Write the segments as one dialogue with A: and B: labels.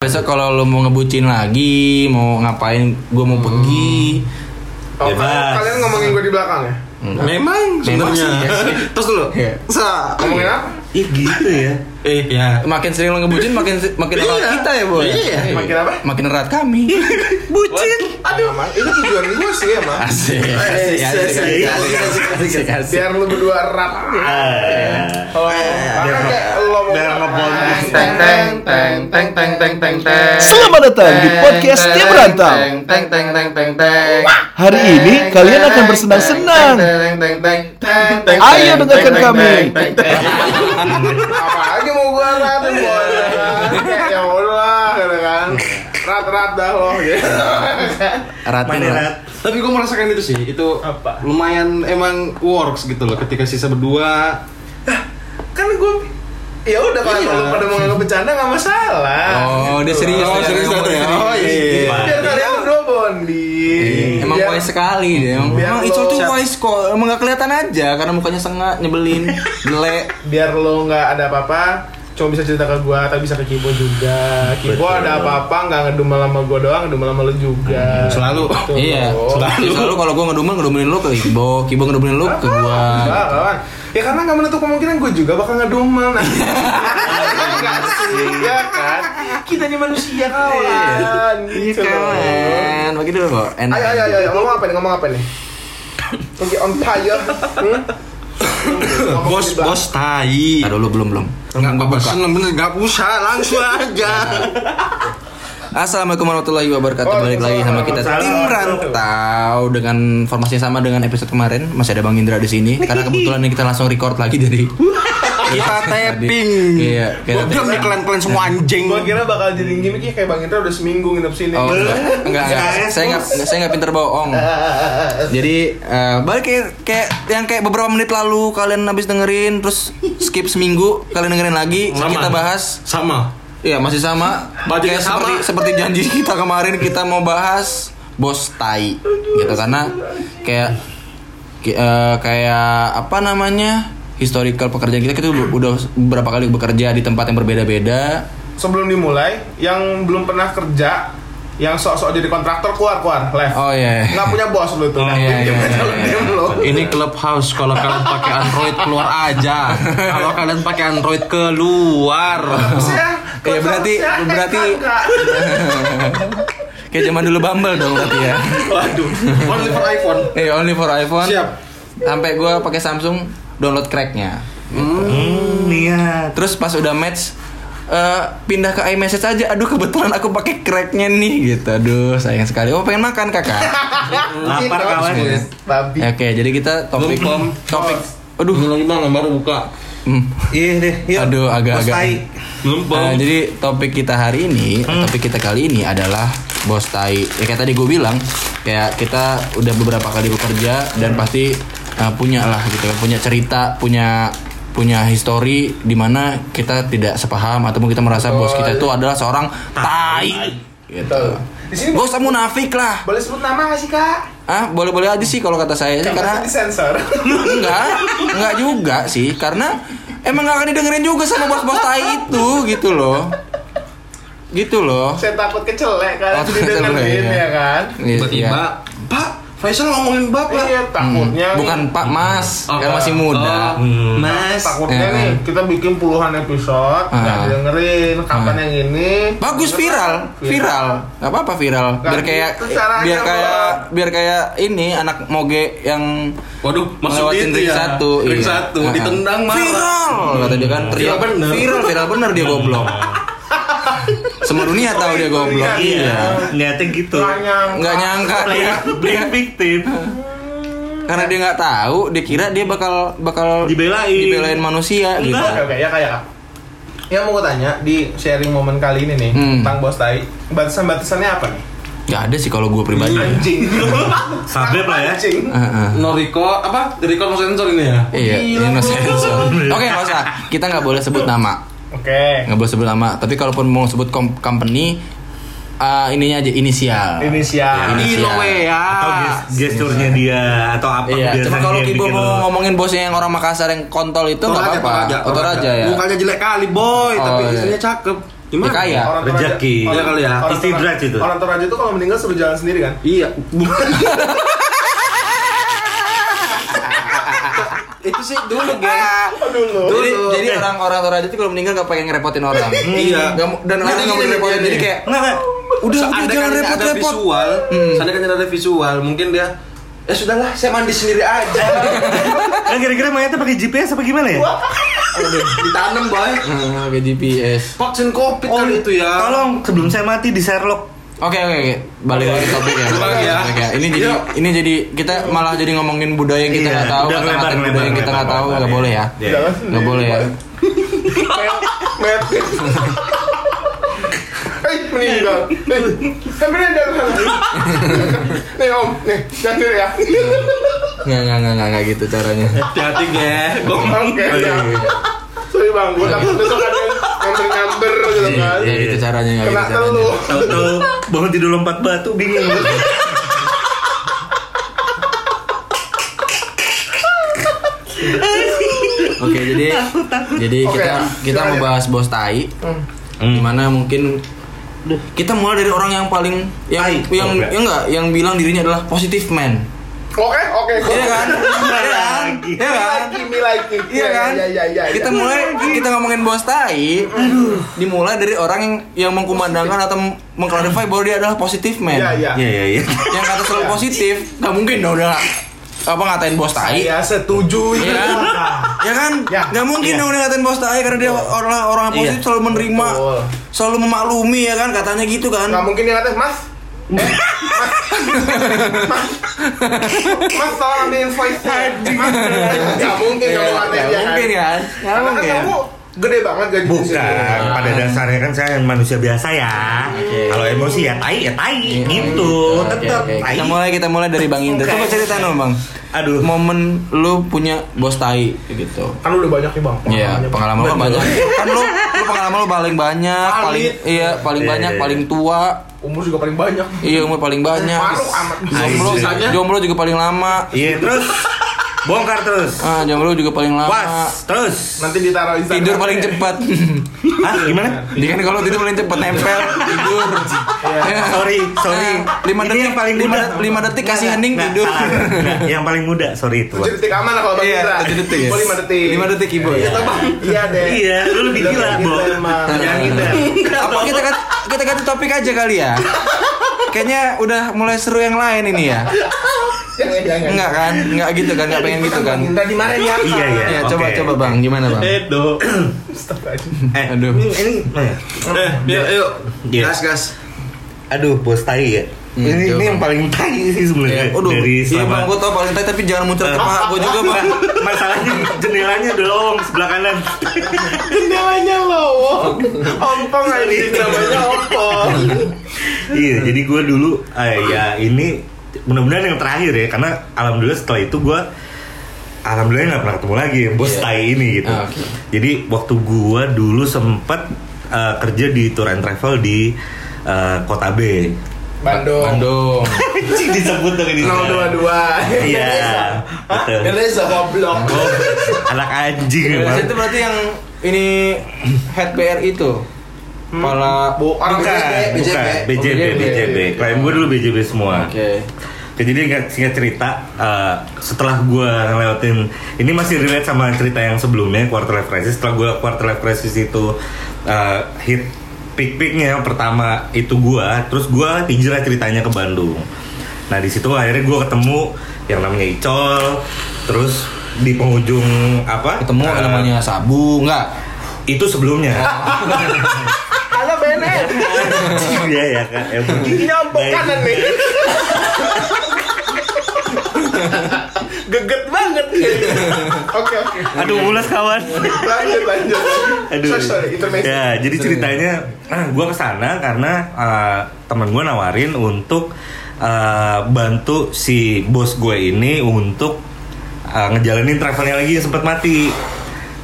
A: Besok kalau lo mau ngebucin lagi, mau ngapain, gue mau pergi.
B: Oh,
C: Bebas.
B: kalian, kalian ngomongin gue di belakang ya?
C: Memang
A: Memang
C: sebenarnya.
A: sih, ya sih.
C: Terus dulu.
A: Iya.
C: Sa.
B: Ngomongin apa?
C: Ih gitu ya. Eh ya.
A: Nah, Makin sering lo ngebucin, makin makin
C: Iya.
A: erat kita ya boy.
C: Iya.
B: Makin apa?
A: Makin erat kami.
C: Bucin.
B: Aduh, itu tujuan gue sih ya, Mas.
A: Asik.
C: Eh,
A: Asik.
C: asik,
A: Asik.
C: asik, asik, asik,
A: Asik. Asik.
B: Biar lu berdua erat.
C: Ah.
A: Oh, iya.
B: Karena kayak lo mau
C: biar ngebond.
D: teng teng teng teng teng teng teng teng
E: Selamat datang di podcast Tim Rantau.
D: teng teng teng teng teng teng
E: Hari ini kalian akan bersenang-senang.
D: teng teng teng teng teng
E: Ayo dengarkan kami.
B: apa aja mau gue erat, mau erat. Kayak, Ya Allah, gitu kan. Rat-rat dah lo gitu.
A: Erat.
C: Main erat. Tapi gue merasakan itu sih, itu
B: Apa?
C: lumayan emang works gitu loh ketika sisa berdua.
B: Kan gue ya udah kalau
C: Iya.
B: lu pada mau nganggap bercanda nggak masalah.
A: Oh, dia
B: Gitu.
A: serius.
C: Oh,
A: ya.
C: serius ya?
A: Ngomongin serius.
C: Oh, iya.
B: Biar kalian berdua bonding.
A: Iya. Emang
B: Biar-
A: wise sekali dia. Emang
B: Biar
A: emang
B: lo-
A: Icol tuh
B: Siap.
A: wise kok. Emang gak kelihatan aja karena mukanya sengak, nyebelin, jelek.
B: biar lo nggak ada apa-apa cuma bisa cerita ke gua tapi bisa ke Kibo juga Kibo
C: Betul.
B: ada apa-apa nggak ngedumel sama gua doang ngedumel sama lo juga
C: Selalu.
B: Gitu.
A: Iya.
B: Nggak,
A: Selalu, selalu kalau gue ngedumel ngedumelin lo ke Kibo, Kibo ngedumelin lo ke gua.
B: kawan. ya karena nggak menutup kemungkinan gua juga bakal ngedumel nanti Nggak sih, ya kan kita ini manusia kawan
A: Iya
B: Gitu loh.
A: kan. Bagi dulu kok. Enak.
B: ayo ayo ayo ayo. ngomong apa nih ngomong apa nih Oke, on fire. Hmm? Ngomong
C: Bos
B: di belakang.
C: bos tai.
A: Aduh lu belum belum.
C: Enggak enggak
A: buka.
C: pesen bener enggak usah langsung
A: Iya,
C: aja.
A: Assalamualaikum warahmatullahi wabarakatuh.
B: Oh,
A: Balik lagi sama kita
B: Waalaikumsalam.
A: tim rantau dengan formasi yang sama dengan episode kemarin. Masih ada Bang Indra di sini karena kebetulan ini kita langsung record lagi jadi
C: Kita tapping.
A: Iya, kita
C: Goblok nih kalian-kalian semua anjing.
B: Gua kira bakal jadi gimmick ya kayak Bang Indra udah seminggu nginep sini.
A: Oh, enggak, enggak, enggak. Saya enggak saya enggak pinter bohong. Jadi eh, balik kayak, kayak yang kayak beberapa menit lalu kalian habis dengerin terus skip seminggu kalian dengerin lagi
C: Sama.
A: kita bahas
C: Sama.
A: Iya masih sama.
C: Bajunya
A: Kayak
C: sama.
A: seperti seperti janji kita kemarin kita mau bahas bos tai gitu karena kayak ki- eh, kayak apa namanya historical pekerjaan kita kita udah udah beberapa kali bekerja di tempat yang berbeda-beda.
B: sebelum dimulai yang belum pernah kerja yang sok-sok jadi kontraktor keluar keluar left
A: Oh iya.
B: nggak punya bos lu tuh kan?
C: Oh, iya,
A: iya, iya,
B: Lu
A: iya.
B: diem lu.
C: Ini clubhouse kalau kalian pakai Android keluar aja. Kalau kalian pakai Android keluar.
B: Saya
A: Iya, berarti-
B: kontraktor saya,
A: berarti-
B: eh, kakak.
A: Kayak zaman dulu Bumble dong berarti ya.
C: Waduh, only for iPhone.
A: Eh only for iPhone.
C: Siap.
A: Sampai gua pakai Samsung download cracknya.
C: Hmm, niat.
A: Terus pas udah match eh, pindah ke iMessage aja. Aduh kebetulan aku pakai cracknya nih gitu. Aduh sayang sekali. Oh pengen makan kakak.
C: Lapar kawan.
B: babi
A: Ya, Oke, jadi kita topik
C: Belum,
A: topik.
C: Aduh, lagi bang, baru buka.
A: Hmm.
C: Iya deh,
A: Aduh, agak-agak.
C: Belum
A: Nah,
C: bang.
A: jadi topik kita hari ini, eh,
B: Hmm.
A: topik kita kali ini adalah bos tai. Ya kayak tadi gue bilang, kayak kita udah beberapa kali bekerja dan
B: Hmm.
A: pasti uh, punya lah gitu, kan. punya cerita, punya punya histori di mana kita tidak sepaham atau mungkin kita merasa bos kita itu adalah seorang tai. Gitu.
B: Betul. di sini
A: Bos kamu munafik lah.
B: boleh sebut nama nggak sih kak
A: Ah, boleh-boleh aja sih kalau kata saya sih karena
B: karena disensor
A: enggak enggak juga sih karena emang gak akan didengerin juga sama bos-bos tai itu gitu loh gitu loh
B: saya takut
A: Oh,
B: kecelek kan
A: takut kecelek,
B: didengerin
A: iya.
B: ya kan
A: Iya, iya.
C: Tiba-tiba, Pak, Faisal ngomongin bapak.
B: iya takutnya
A: Hmm, bukan pak
B: gitu.
A: mas
C: Oh,
A: kan masih muda Hmm.
C: Oh, Mas.
B: takutnya
A: Iya,
B: nih
A: kan.
B: kita bikin puluhan episode nggak
A: Ah.
B: didengerin kapan yang ini
A: bagus viral viral nggak apa-apa viral biar
B: Iya, Nggak
A: kayak
B: gitu caranya,
A: biar kayak biar kayak ini anak moge yang
C: Waduh, maksud
A: ngelewatin
C: itu
A: ring
C: ya.
A: satu
C: Ring
A: iya.
C: satu,
A: Ah, ah.
C: ditendang marah.
A: viral kata dia kan teriak
C: Viral bener.
F: Iya,
A: viral viral bener dia goblok semua dunia tahu dia goblok
B: Iya.
F: Niatnya gitu.
B: banyak
A: nggak nyangka dia
F: Blame victim.
A: karena dia nggak tahu dia kira dia bakal bakal
F: Dibelain.
A: dibelain manusia gitu
B: Oke, oke, ya kayak Ya mau gue tanya di sharing momen kali ini nih
A: Hmm.
B: tentang bos tai batasan-batasannya apa nih?
A: nggak ada sih kalau gue pribadi
B: Anjing.
F: Sabar lah ya.
B: Anjing.
A: Heeh.
C: No record, apa? Record no sensor ini ya?
A: iya ini no sensor oke nggak usah kita nggak boleh sebut nama
B: Oke.
A: nggak boleh sebut nama tapi kalaupun mau sebut kom- company eh, ininya aja inisial
B: Inisial.
A: Nah, Ini
C: Ih, no way ya.
F: Atau ges- gesturnya dia atau
A: Ah.
F: apa
A: Iya,
F: biasanya
A: cuma kalau
F: yang
A: Kibo
F: bikin
A: mau
F: lo-
A: ngomongin bosnya yang orang Makassar yang kontol itu nggak apa-apa. Kotor aja ya.
C: Mukanya jelek kali boy,
A: Oh,
C: tapi
A: iya.
C: isinya cakep.
A: Ya kaya.
B: Orang Toraja-
F: Rezeki.
B: orang-
F: Iya kali ya,
B: orang Toraja-
F: istidrak itu.
B: Orang Toraja itu kalau meninggal suruh jalan sendiri kan?
C: Iya. Bukan.
A: itu sih dulu geng
B: Dulu.
A: jadi, jadi
G: eh.
A: orang-orang Toraja itu kalau meninggal gak pengen ngerepotin orang
C: Iya.
A: Nggak mau- dan
C: Nah,
A: orang
C: jadi
A: nggak mau
C: gini
A: direpotin
C: dia
A: jadi
C: nih.
A: kayak
F: Enggak, enggak.
A: udah udah
C: Seandainya
A: jangan
C: tidak ada
A: repot-repot
C: visual,
A: Hmm.
C: seandainya tidak ada visual, mungkin dia ya sudahlah, saya mandi sendiri aja.
F: Kan kira-kira mayatnya pakai GPS apa gimana ya?
C: Aduh, Ditanam, boy.
A: Eh, pakai GPS
C: Vaksin Covid
F: Oh,
C: kali itu ya.
F: Tolong sebelum saya mati di Sherlock.
A: Oke oke oke balik lagi ke topik ya.
C: Balik
F: Iya.
C: lagi ya.
A: Oke, oke. Ini jadi ini jadi kita malah jadi ngomongin budaya yang kita
F: Iya,
A: nggak tahu,
F: udah
A: kata-kata
F: ngelebar,
A: budaya yang
F: ngelebar,
A: kita nggak
F: ngelebar,
A: tahu
F: ngelebar,
A: nggak
F: iya.
A: boleh ya.
F: Iya.
B: Jalan
A: Nggak
B: sendiri,
A: boleh ya.
B: Pak. Mepet. Eh, meninggal. Eh, Tapi dia ada Nih om, nih, jangan sendiri ya.
A: Nggak nggak nggak nggak, nggak gitu caranya.
F: Iya,
C: Hati-hati, geng. Gong.
A: Oh,
B: Oke,
A: iya,
B: ya. Sorry bang, gue takut besok ada yang nyamber-nyamber gitu kan.
A: Nggak gitu
F: Iya.
A: caranya nggak
B: Kena
A: gitu caranya.
B: telu.
F: Tahu-tahu bangun tidur lompat batu bingung.
A: Oke jadi jadi kita
F: ah,
B: Oke,
A: kita
B: silakan.
A: membahas bos tai.
F: Hmm.
A: Dimana mungkin kita mulai dari orang yang paling yang yang
F: Oh, enggak.
A: yang enggak yang bilang dirinya adalah positive man.
B: Oke, oke. gua-
A: Iya kan? Iya kan?
F: Lagi.
A: Iya kan?
B: Lagi, mi lagi.
A: Iya kan?
B: Iya, iya, iya.
A: Kita
B: iya.
A: mulai kita ngomongin bos tai. Dimulai dari orang yang yang mengkumandangkan atau mengklarify bahwa dia adalah positif man.
B: Iya, iya.
F: Iya, iya, iya.
A: Yang kata selalu positif, nggak mungkin dong udah apa ngatain bos tai.
B: Iya, setuju.
A: Ya
B: itu.
A: kan? ya kan?
B: Ya.
A: Nggak mungkin
F: Iya.
A: dong dia ngatain bos tai karena dia orang orang yang positif selalu menerima,
B: Betul.
A: selalu memaklumi ya kan katanya gitu kan.
B: Nggak mungkin yang atas, mas.
A: Iya.
B: Eh, Mas. Mas, mas tolong ambil invoice Mas, nggak mungkin
A: Iya,
B: kamu ngatain
A: nggak
B: dia
A: mungkin kan? Nggak
B: Karena kan
A: mungkin.
B: kamu gede banget gaji di situ.
F: Bukan, pada
A: Iya.
F: dasarnya kan saya manusia biasa ya. Kalau emosi ya tai ya tai gitu,
A: Iya, Oke,
F: tetap
A: oke.
F: tai.
A: Kita mulai kita mulai dari Bang Indra. Coba cerita dong Bang.
F: Aduh.
A: Momen lu punya bos tai gitu.
B: Kan udah banyak nih bang.
A: Iya,
B: pengalamannya, Bang.
A: pengalaman lu banyak. Kan lu, lu pengalaman lu paling banyak, paling iya, paling
F: Iya,
A: banyak,
F: iya.
A: paling tua.
B: Umur juga paling banyak.
A: Iya, umur paling banyak.
B: Maruk amat.
A: Jomblo,
F: Anjir.
A: jomblo juga paling lama.
F: Iya, terus bongkar terus.
A: Ah, jomblo juga paling lama.
F: Was, terus.
B: Nanti ditaruh Instagram.
A: Tidur paling cepat.
F: Hah, gimana?
A: Dia kan kalau tidur paling cepat nempel, tidur. Iya.
F: Sorry, sorry.
A: Nah, lima
F: Ini
A: detik
F: yang paling
A: lima,
F: muda.
A: lima detik kasih hening
F: Nggak,
A: tidur.
F: salah. Nggak, yang paling muda, sorry itu.
B: Tujuh detik aman lah kalau bang
A: Iya,
B: Indra.
A: tujuh detik ya.
B: Oh, lima detik.
A: Lima detik ibu. ya.
B: Iya toh, Bang. Iya deh.
F: Iya, lu lebih
B: Udah
F: gila,
B: kayak
F: Bo.
B: gitu, emang.
F: Jangan hindar.
A: Apa kita kat- kita ganti topik aja kali ya? Kayaknya udah mulai seru yang lain ini ya.
B: Jangan, jangan.
A: Enggak kan? Enggak gitu kan? Enggak pengen gitu kan?
B: Indra dimarahin ya.
F: Iya, iya.
A: Ya,
F: oke.
A: coba coba Bang, gimana Bang?
C: Edo.
F: Eh,
A: Aduh.
F: ini- Ini eh,
C: Eh, yuk, yuk.
F: Iya.
C: Gas, gas.
F: aduh, bos tai ya.
A: Hmm,
F: Ini ini
A: coba.
F: yang paling tai sih
A: Ya,
F: sebenarnya.
A: aduh,
F: Dari Eh,
A: iya
F: selama
A: bang, gue tau paling tai tapi jangan muncul ke paha gue juga bang.
F: Masalahnya jendelanya udah lowong sebelah kanan.
B: Jendelanya lowong. Ompong anjing namanya ompong.
F: iya, jadi gue dulu eh, ya ini mudah-mudahan yang terakhir ya karena alhamdulillah setelah itu gue alhamdulillah nggak pernah ketemu lagi yang bos
A: Iya.
F: tai ini gitu.
A: Ah, oke.
F: Jadi waktu gue dulu sempet eh, kerja di tour and travel di eh, Kota B.
B: Bandung.
A: Bandung.
F: Cik disebut dong ini.
B: 022.
F: Iya, betul.
B: Indonesia goblok.
F: Anak anjing
A: Indonesia
F: emang.
A: itu berarti yang ini head BR itu. Kepala
B: Bu, orang
F: Bukan,
B: BJB.
F: bukan. BJB,
A: Oh,
F: BJB. Klien gue dulu BJB semua.
A: Oke.
F: Oke, jadi nggak- singkat cerita, eh, setelah gue ngelewatin, ini masih relate sama cerita yang sebelumnya quarter life crisis. Setelah gue quarter life crisis itu eh, hit peak-peaknya pertama itu gue, terus gue hijrah ceritanya ke Bandung. Nah di situ akhirnya gue ketemu yang namanya Icol, terus di penghujung apa?
A: Ketemu
F: eh,
A: namanya Sabu, enggak?
F: itu sebelumnya.
B: Halo BNN.
F: Iya ya kan. Ya,
B: Giginya ompong kanan nih. Geget banget.
C: Iya.
B: Oke, oke.
F: Aduh mulas kawan.
B: Lanjut, lanjut.
F: Aduh.
B: Sorry, sorry, intermezzo.
F: Ya, jadi ceritanya ah, gua kesana karena ah, temen gue nawarin untuk ah, bantu si bos gue ini untuk ah, ngejalanin travelnya lagi yang sempat mati.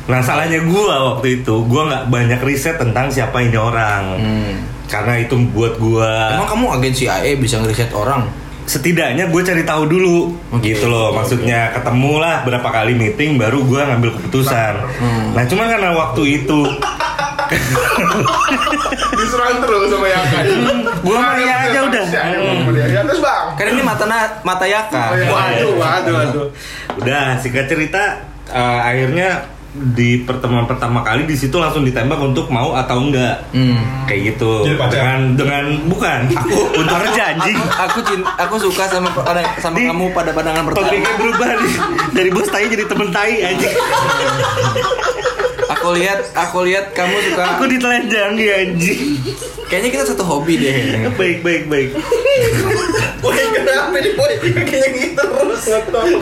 F: Nah, salahnya gua waktu itu, gua nggak banyak riset tentang siapa ini orang.
B: Hmm.
F: Karena itu buat gua
A: Emang kamu agen CIA bisa ngeriset orang?
F: setidaknya gue cari tahu dulu
A: Oke.
F: gitu loh maksudnya ketemu Hmm. lah berapa kali meeting baru gue ngambil keputusan nah cuman karena waktu itu
B: Diserang terus sama Yaka.
F: Hmm, Gua sama Ria aja udah. Hmm.
B: Ya terus bang. Ya,
A: Kan ini mata na- mata
F: Ah,
A: Yaka.
F: Oh, iya.
B: Waduh, waduh, waduh.
F: Udah singkat cerita eh, akhirnya di pertemuan pertama kali di situ langsung ditembak untuk mau atau enggak. Kayak gitu.
B: Jadi pacar.
F: Dengan dengan bukan aku untuk kerja anjing.
A: Aku cinta, aku suka sama orang- sama
F: Di-
A: kamu pada pandangan pertama.
F: Topiknya berubah nih. dari bos tai jadi temen tai anjing.
A: Aku lihat aku lihat kamu suka.
F: Aku ditelanjangi anjing.
A: Kayaknya kita satu hobi
F: Iya,
A: deh.
F: Baik baik baik.
B: Woi, kenapa nih boy? Kayak gitu terus.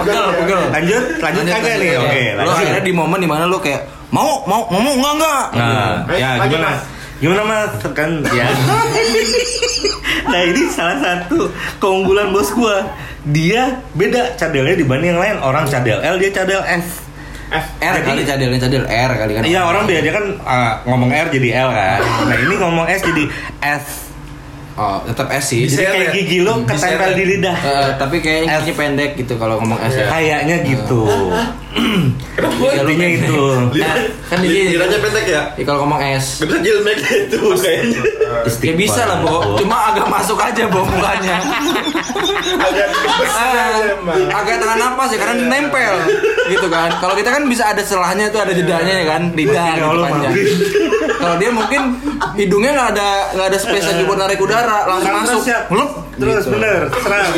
A: Pegel, pegel.
F: Lanjut lanjut kagak nih. Oke,
A: Lo
F: lanjut.
A: akhirnya di momen dimana lo kayak mau mau mau mau, enggak enggak.
F: Nah,
B: Eh,
F: ya
B: lanjut,
F: gimana?
B: Mas.
F: Gimana mas? Kan ya. nah ini salah satu keunggulan bos gua. Dia beda cadelnya dibanding yang lain. Orang cadel L, dia cadel F.
A: R
F: Jadi-
A: kali cadelnya cadel R kali kan.
F: Iya orang biasanya kan ah, ngomong R jadi L kan. Nah ini ngomong S jadi F.
A: Oh, tetap S sih.
F: Jadi
B: Bisa
F: kayak
B: ya?
F: gigi lo
B: Bisa
F: ketempel
B: ya?
F: di lidah.
A: Eh, tapi kayaknya
F: S.
A: giginya pendek gitu kalau ngomong S. ya.
F: Kayaknya gitu.
A: ah,
F: Intinya gitu. Iya, itu.
A: Kan gigi
G: Lidahnya pendek ya?
A: Ya, kalau ngomong S.
G: Gak bisa jilmek gitu kayaknya
A: Ya bisa lah, Bo. Cuma agak masuk aja, Bo, mukanya.
F: Ah.
B: Agak besar aja,
A: Ah,
B: Bang.
A: agak tahan napas ya,
F: Iya.
A: karena nempel. Gitu kan. Kalau kita kan bisa ada selahnya tuh, ada jedanya ya kan. Lidah
F: Ya
A: gitu
F: Iya. Allah,
A: panjang.
F: Bang. Iya.
A: Kalau dia mungkin hidungnya nggak ada nggak ada space lagi buat narik udara, langsung Gitu.
F: Terus
A: masuk.
F: ya.
A: Melup.
F: Terus bener, serang.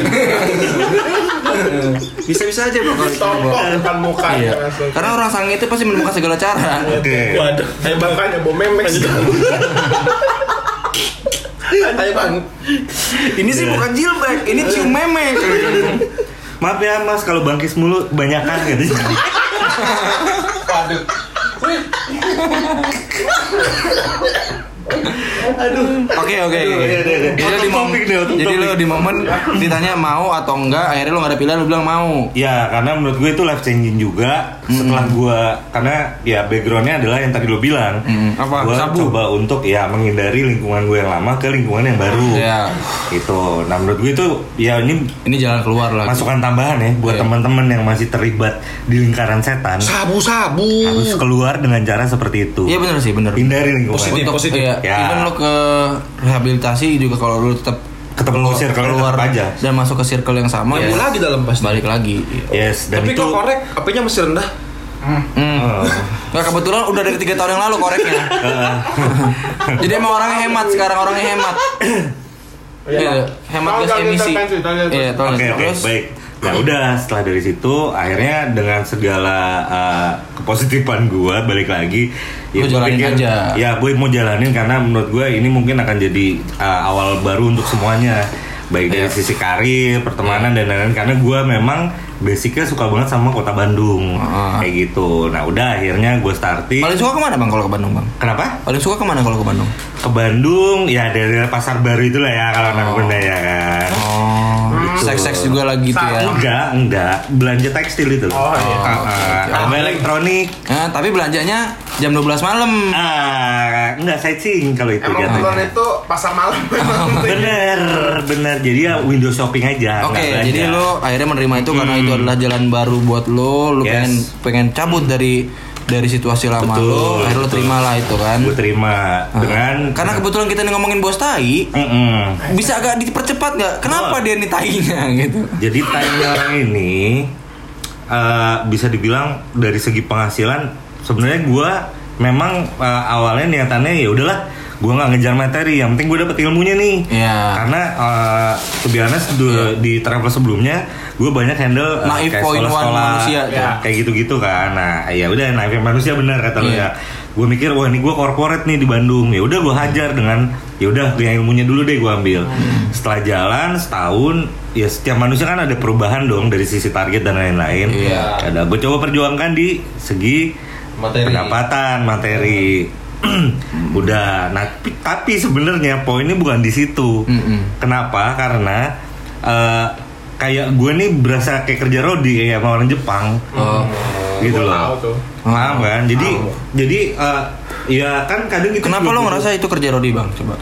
A: Bisa-bisa aja, Bo. kalau gitu, Bo.
B: Topok depan muka.
A: Iya. Karena orang sange itu pasti menemukan segala cara.
F: Oke.
B: Waduh, saya makanya bom memek
G: Ayo bang
A: Ini
F: Iya.
A: sih bukan jilbab, ini cium meme.
F: Maaf ya mas kalau bangkis mulu kebanyakan gitu.
A: Oke oke.
F: Aduh, iya, iya, iya.
A: Jadi di
F: Topik
A: momen,
F: nih, topik.
A: jadi lo di momen ditanya mau atau enggak, akhirnya lo nggak ada pilihan lo bilang mau.
F: Ya karena menurut gue itu life changing juga
A: Hmm.
F: setelah gue karena ya backgroundnya adalah yang tadi lo bilang
A: Mm, apa?
F: gue
A: Sabu?
F: coba untuk ya menghindari lingkungan gue yang lama ke lingkungan yang baru
A: Ya.
F: itu nah menurut gue itu ya ini
A: Ini jalan keluar lah.
F: masukan tambahan ya buat
A: Iya.
F: teman-teman yang masih terlibat di lingkaran setan
B: Sabu-sabu.
F: harus keluar dengan cara seperti itu
A: Hmm. Iya benar sih benar.
F: hindari lingkungan
A: Untuk
B: positif.
A: iya,
F: Ya.
A: even lo ke rehabilitasi juga kalau lo tetap
F: ketemu
A: keluar-
F: circle
A: keluar
F: tetap aja
A: dan masuk ke circle yang sama,
G: Iya.
B: Ketemu
A: ya
B: lagi dalam pasti.
A: balik lagi. iya.
F: yes dan
B: Tapi
F: itu eh,
B: kok korek, apanya masih rendah.
A: Hmm. Nah, kebetulan udah dari tiga tahun yang lalu koreknya. Jadi emang orangnya hemat sekarang orangnya hemat. Iya, hemat
B: Tolong
A: gas
B: jangan
A: emisi.
B: intervensi, tolong jangan
A: Iya, tolong
F: Oke
A: jangan.
F: oke
A: Terus-
F: baik. Nah udah setelah dari situ akhirnya dengan segala uh, kepositifan gua balik lagi.
A: Lu
F: gua
A: jalanin aja.
F: Ya gue mau jalanin karena menurut gue ini mungkin akan jadi uh, awal baru untuk semuanya baik dari
A: Iya.
F: sisi karir, pertemanan dan lain-lain karena gua memang basicnya suka banget sama kota Bandung
A: Ah.
F: kayak gitu. Nah udah akhirnya gue starting.
A: Paling suka kemana bang kalau ke Bandung bang?
F: Kenapa?
A: Paling suka kemana kalau ke Bandung?
F: Ke Bandung ya dari pasar baru itulah ya kalau anak benda ya kan.
A: Oh, seks-seks juga lagi gitu ya.
F: Enggak, enggak. Belanja tekstil itu. loh.
B: Oh, iya.
F: Ah, ah. Sama elektronik.
A: Nah, tapi belanjanya jam 12 malam.
F: Ah, enggak sightseeing kalau itu
B: Emang
F: jatuhnya.
B: nonton itu pasar malam.
F: Bener, bener. Jadi ya window shopping aja.
A: Oke,
F: enggak belanja. Hmm.
A: jadi lo akhirnya menerima itu karena itu adalah jalan baru buat lo. Lo
F: Yes.
A: pengen pengen cabut dari dari situasi lama
F: Betul,
A: lo. Akhirnya lo
F: betul.
A: terimalah itu kan.
F: gue terima dengan
A: Karena kebetulan kita nih ngomongin bos tai,
F: Mm-mm.
A: bisa agak dipercepat nggak? Kenapa
F: Boleh.
A: dia nih tainya gitu?
F: Jadi tanya orang ini eh, bisa dibilang dari segi penghasilan sebenarnya gua memang eh, awalnya niatannya ya udahlah gua nggak ngejar materi yang penting gua dapet ilmunya nih
A: Iya.
F: karena eh to be honest, du- di travel sebelumnya gue banyak handle eh,
A: Naif Iya.
F: kayak
A: point one
F: sekolah-sekolah,
A: manusia tuh.
F: ya, kayak gitu-gitu kan nah ya udah naif manusia benar kata lu
A: Iya.
F: ya gue mikir wah ini gue corporate nih di Bandung ya udah gue hajar dengan ya udah yang ilmunya dulu deh gue ambil
A: Iya.
F: setelah jalan setahun ya setiap manusia kan ada perubahan dong dari sisi target dan lain-lain
A: Iya.
F: ada gue coba perjuangkan di segi
G: Materi.
F: pendapatan materi udah nah tapi- tapi sebenarnya poinnya bukan di situ
A: Mm-mm.
F: kenapa karena eh, kayak gue nih berasa kayak kerja rodi kayak sama orang Jepang
A: Oh.
F: gitu
B: Gua tahu
F: loh
B: tuh.
F: paham kan jadi jadi eh, ya kan kadang gitu
A: Kenapa
F: juga
A: lo
F: gitu.
A: ngerasa itu kerja Rodi bang? Coba.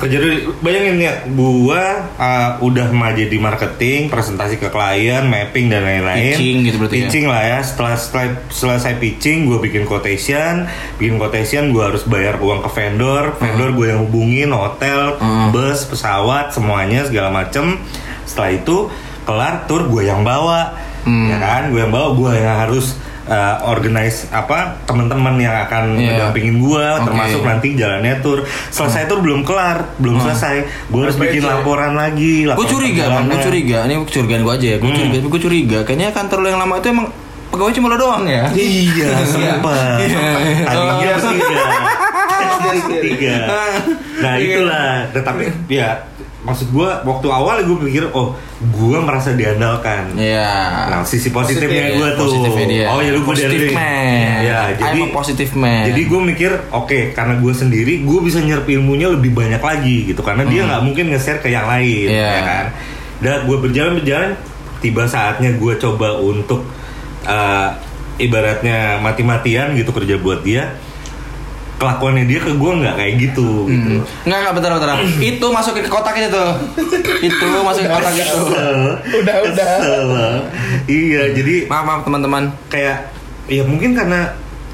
F: kerja dulu bayangin ya gua uh, udah maju di marketing presentasi ke klien mapping dan lain-lain
A: Pitching gitu berarti ya?
F: pitching lah ya setelah setelah selesai pitching gua bikin quotation bikin quotation gua harus bayar uang ke vendor vendor gua yang hubungin hotel
A: Hmm.
F: bus pesawat semuanya segala macem setelah itu kelar tour gua yang bawa
A: Hmm.
F: ya kan gua yang bawa gua yang harus uh, organize apa teman-teman yang akan
A: Iya.
F: mendampingin
A: Oke.
F: gua
A: Hmm.
F: termasuk nanti jalannya tur selesai tur belum kelar belum selesai gue harus bikin laporan lagi
A: Gue Hmm. curiga, bang. Gue curiga. Ini kecurigaan gue aja ya.
F: Hmm.
A: Gue curiga, tapi gue curiga. Kayaknya kantor lo yang lama itu emang pegawai cuma lo doang ya.
F: iya sempat
A: Iya.
F: tadinya bertiga
B: Jadi- jadi-
F: bertiga nah
A: Iya.
F: itulah tetapi ya maksud gue waktu awal gue pikir oh gue merasa diandalkan
A: Iya.
F: Nah, sisi positifnya
A: Positif.
F: gue tuh.
A: Positifnya dia.
F: Oh, ya lu gue
A: Positive man.
F: Ya,
A: I'm
F: jadi
A: a positive man.
F: Jadi gue mikir, oke, karena gue sendiri gue bisa nyerap ilmunya lebih banyak lagi gitu karena dia nggak mungkin nge-share ke yang lain,
A: Iya.
F: ya kan. Dan gue berjalan-berjalan tiba saatnya gue coba untuk eh, ibaratnya mati-matian gitu kerja buat dia. Kelakuannya dia ke gue nggak kayak gitu gitu.
A: Enggak, enggak, bentar, bentar. itu masukin ke kotak itu. Itu masukin ke kotak itu.
F: Udah, udah. Iya, jadi
A: Maaf, maaf teman-teman.
F: kayak ya mungkin karena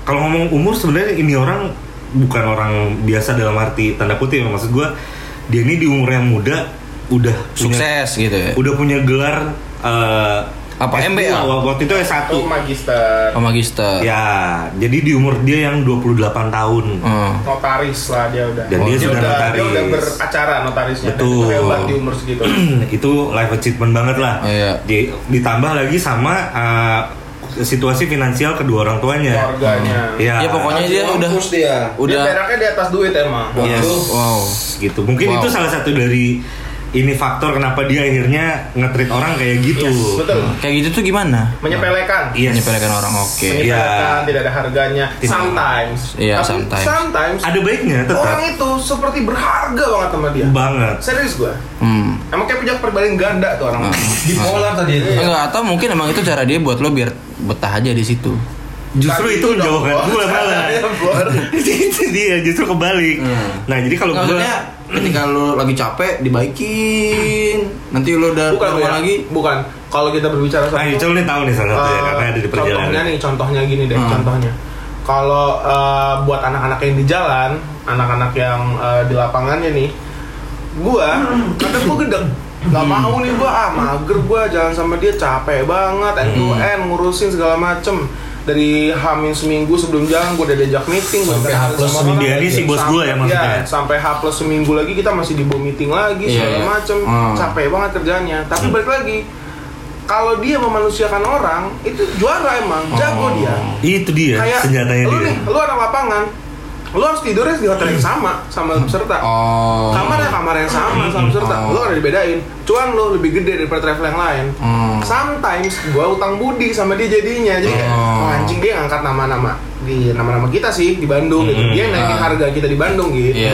F: kalau ngomong umur sebenarnya ini orang bukan orang biasa dalam arti tanda kutip ya. maksud gua dia ini di umur yang muda udah punya-
A: Sukses gitu ya.
F: udah punya gelar eh,
A: Apa,
F: S2,
A: MBA?
F: waktu itu S1
B: Itu magister
A: Oh, magister.
F: ya jadi di umur dia yang 28 tahun
A: Hmm.
B: notaris lah dia udah.
F: Dan dia sudah
B: udah, Dia
F: notaris.
B: udah beracara notarisnya. Dan
F: Betul. Ya.
B: itu hebat di umur segitu.
F: itu life achievement banget lah
A: Iya.
F: Di- ditambah lagi sama eh, situasi finansial kedua orang tuanya
B: Keluarganya.
F: ya,
A: Ya, pokoknya dia udah
G: Mampus dia.
A: udah
B: Dia peraknya di atas duit emang.
F: Yes.
A: Wow.
F: gitu.
A: Wow.
F: Mungkin itu salah satu dari ini faktor kenapa dia akhirnya ngetrit orang kayak gitu.
B: Yes, betul.
A: kayak gitu tuh gimana?
B: Menyepelekan.
F: Yes.
A: Menyepelekan orang. oh. Oke.
B: Menyepelekan, tidak ada harganya.
F: Tidak.
B: Sometimes.
A: Iya,
B: Tapi
A: sometimes.
B: sometimes
F: Ada baiknya tetap
B: orang itu seperti berharga banget sama dia.
F: banget.
B: Serius gua.
A: Hmm.
B: Emang kayak pijak perbanding ganda tuh orang.
G: Di polar tadi itu.
A: Enggak, atau mungkin emang itu cara dia buat lo biar betah aja di situ.
F: Justru
B: Tapi
F: itu
B: dong,
F: menjauhkan
B: Bor.
F: gue malah.
B: Bor.
F: itu dia justru kebalik.
A: Hmm.
F: Nah jadi kalau
A: Nggak,
F: gue
A: maksudnya ketika lo lagi capek dibaikin, nanti lo udah
B: Bukan
A: normal
B: ya.
A: lagi.
B: Bukan. Kalau kita berbicara
F: Nah,
B: soal
F: Icul nih tahu nih salah satu ya,
B: Eh,
F: karena ada di perjalanan.
B: Contohnya nih, contohnya gini deh,
A: Hmm.
B: contohnya. Kalau eh, buat anak-anak yang di jalan, anak-anak yang eh, di lapangannya nih, gua kadang gua gedeg. Gak
F: Hmm.
B: mau nih gua ah mager gua jalan sama dia capek banget
F: Hmm.
B: end to end ngurusin segala macem dari hamin seminggu sebelum jalan gua udah diajak meeting gua
G: Sampai
B: dikenalin
G: H plus
B: sama
F: seminggu.
B: orang.
F: Dia ini si bos
B: Sampai-
F: gua ya maksudnya.
B: iya, sampai H plus seminggu lagi kita masih di bawah meeting lagi
A: Iya,
B: segala
A: iya.
B: macem
A: Hmm.
B: capek banget kerjanya tapi
F: Hmm.
B: balik lagi kalau dia memanusiakan orang itu juara emang
A: Oh.
B: jago dia
F: itu
A: Iya,
F: dia senjatanya
B: lu
F: dia.
B: nih lu anak lapangan lu harus tidurnya di hotel yang sama sama peserta
A: Hmm. Oh.
B: kamarnya kamar yang sama sama peserta
A: Oh.
B: lu ada dibedain cuan lu lebih gede daripada travel yang lain
A: Hmm.
B: sometimes gua utang budi sama dia jadinya jadi kayak,
A: Oh.
B: "Oh, anjing dia ngangkat nama-nama di nama-nama kita sih di Bandung gitu
F: Hmm.
B: dia naikin
A: Ah.
B: harga kita di Bandung gitu
A: Iya.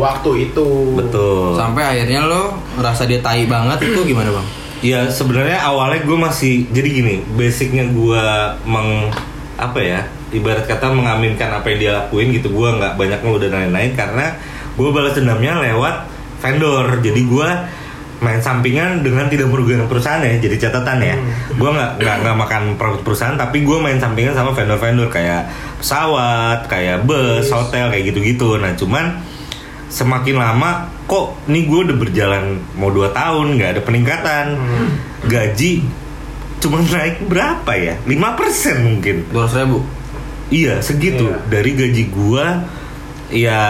B: waktu itu
F: Betul.
A: Sampai akhirnya lo ngerasa dia tai banget itu gimana, Bang?
F: Ya sebenarnya awalnya gue masih jadi gini basicnya gue meng apa ya ibarat kata mengaminkan apa yang dia lakuin gitu gue nggak banyak ngeluh dan lain-lain karena gue balas dendamnya lewat vendor jadi gue main sampingan dengan tidak merugikan perusahaan ya jadi catatan ya gue nggak nggak nggak makan profit perusahaan tapi gue main sampingan sama vendor-vendor kayak pesawat kayak bus hotel kayak gitu-gitu nah cuman semakin lama kok nih gue udah berjalan mau 2 tahun nggak ada peningkatan
B: Hmm.
F: gaji cuma naik berapa ya 5% mungkin
A: 200 ribu.
F: iya segitu
B: Iya.
F: dari gaji gue ya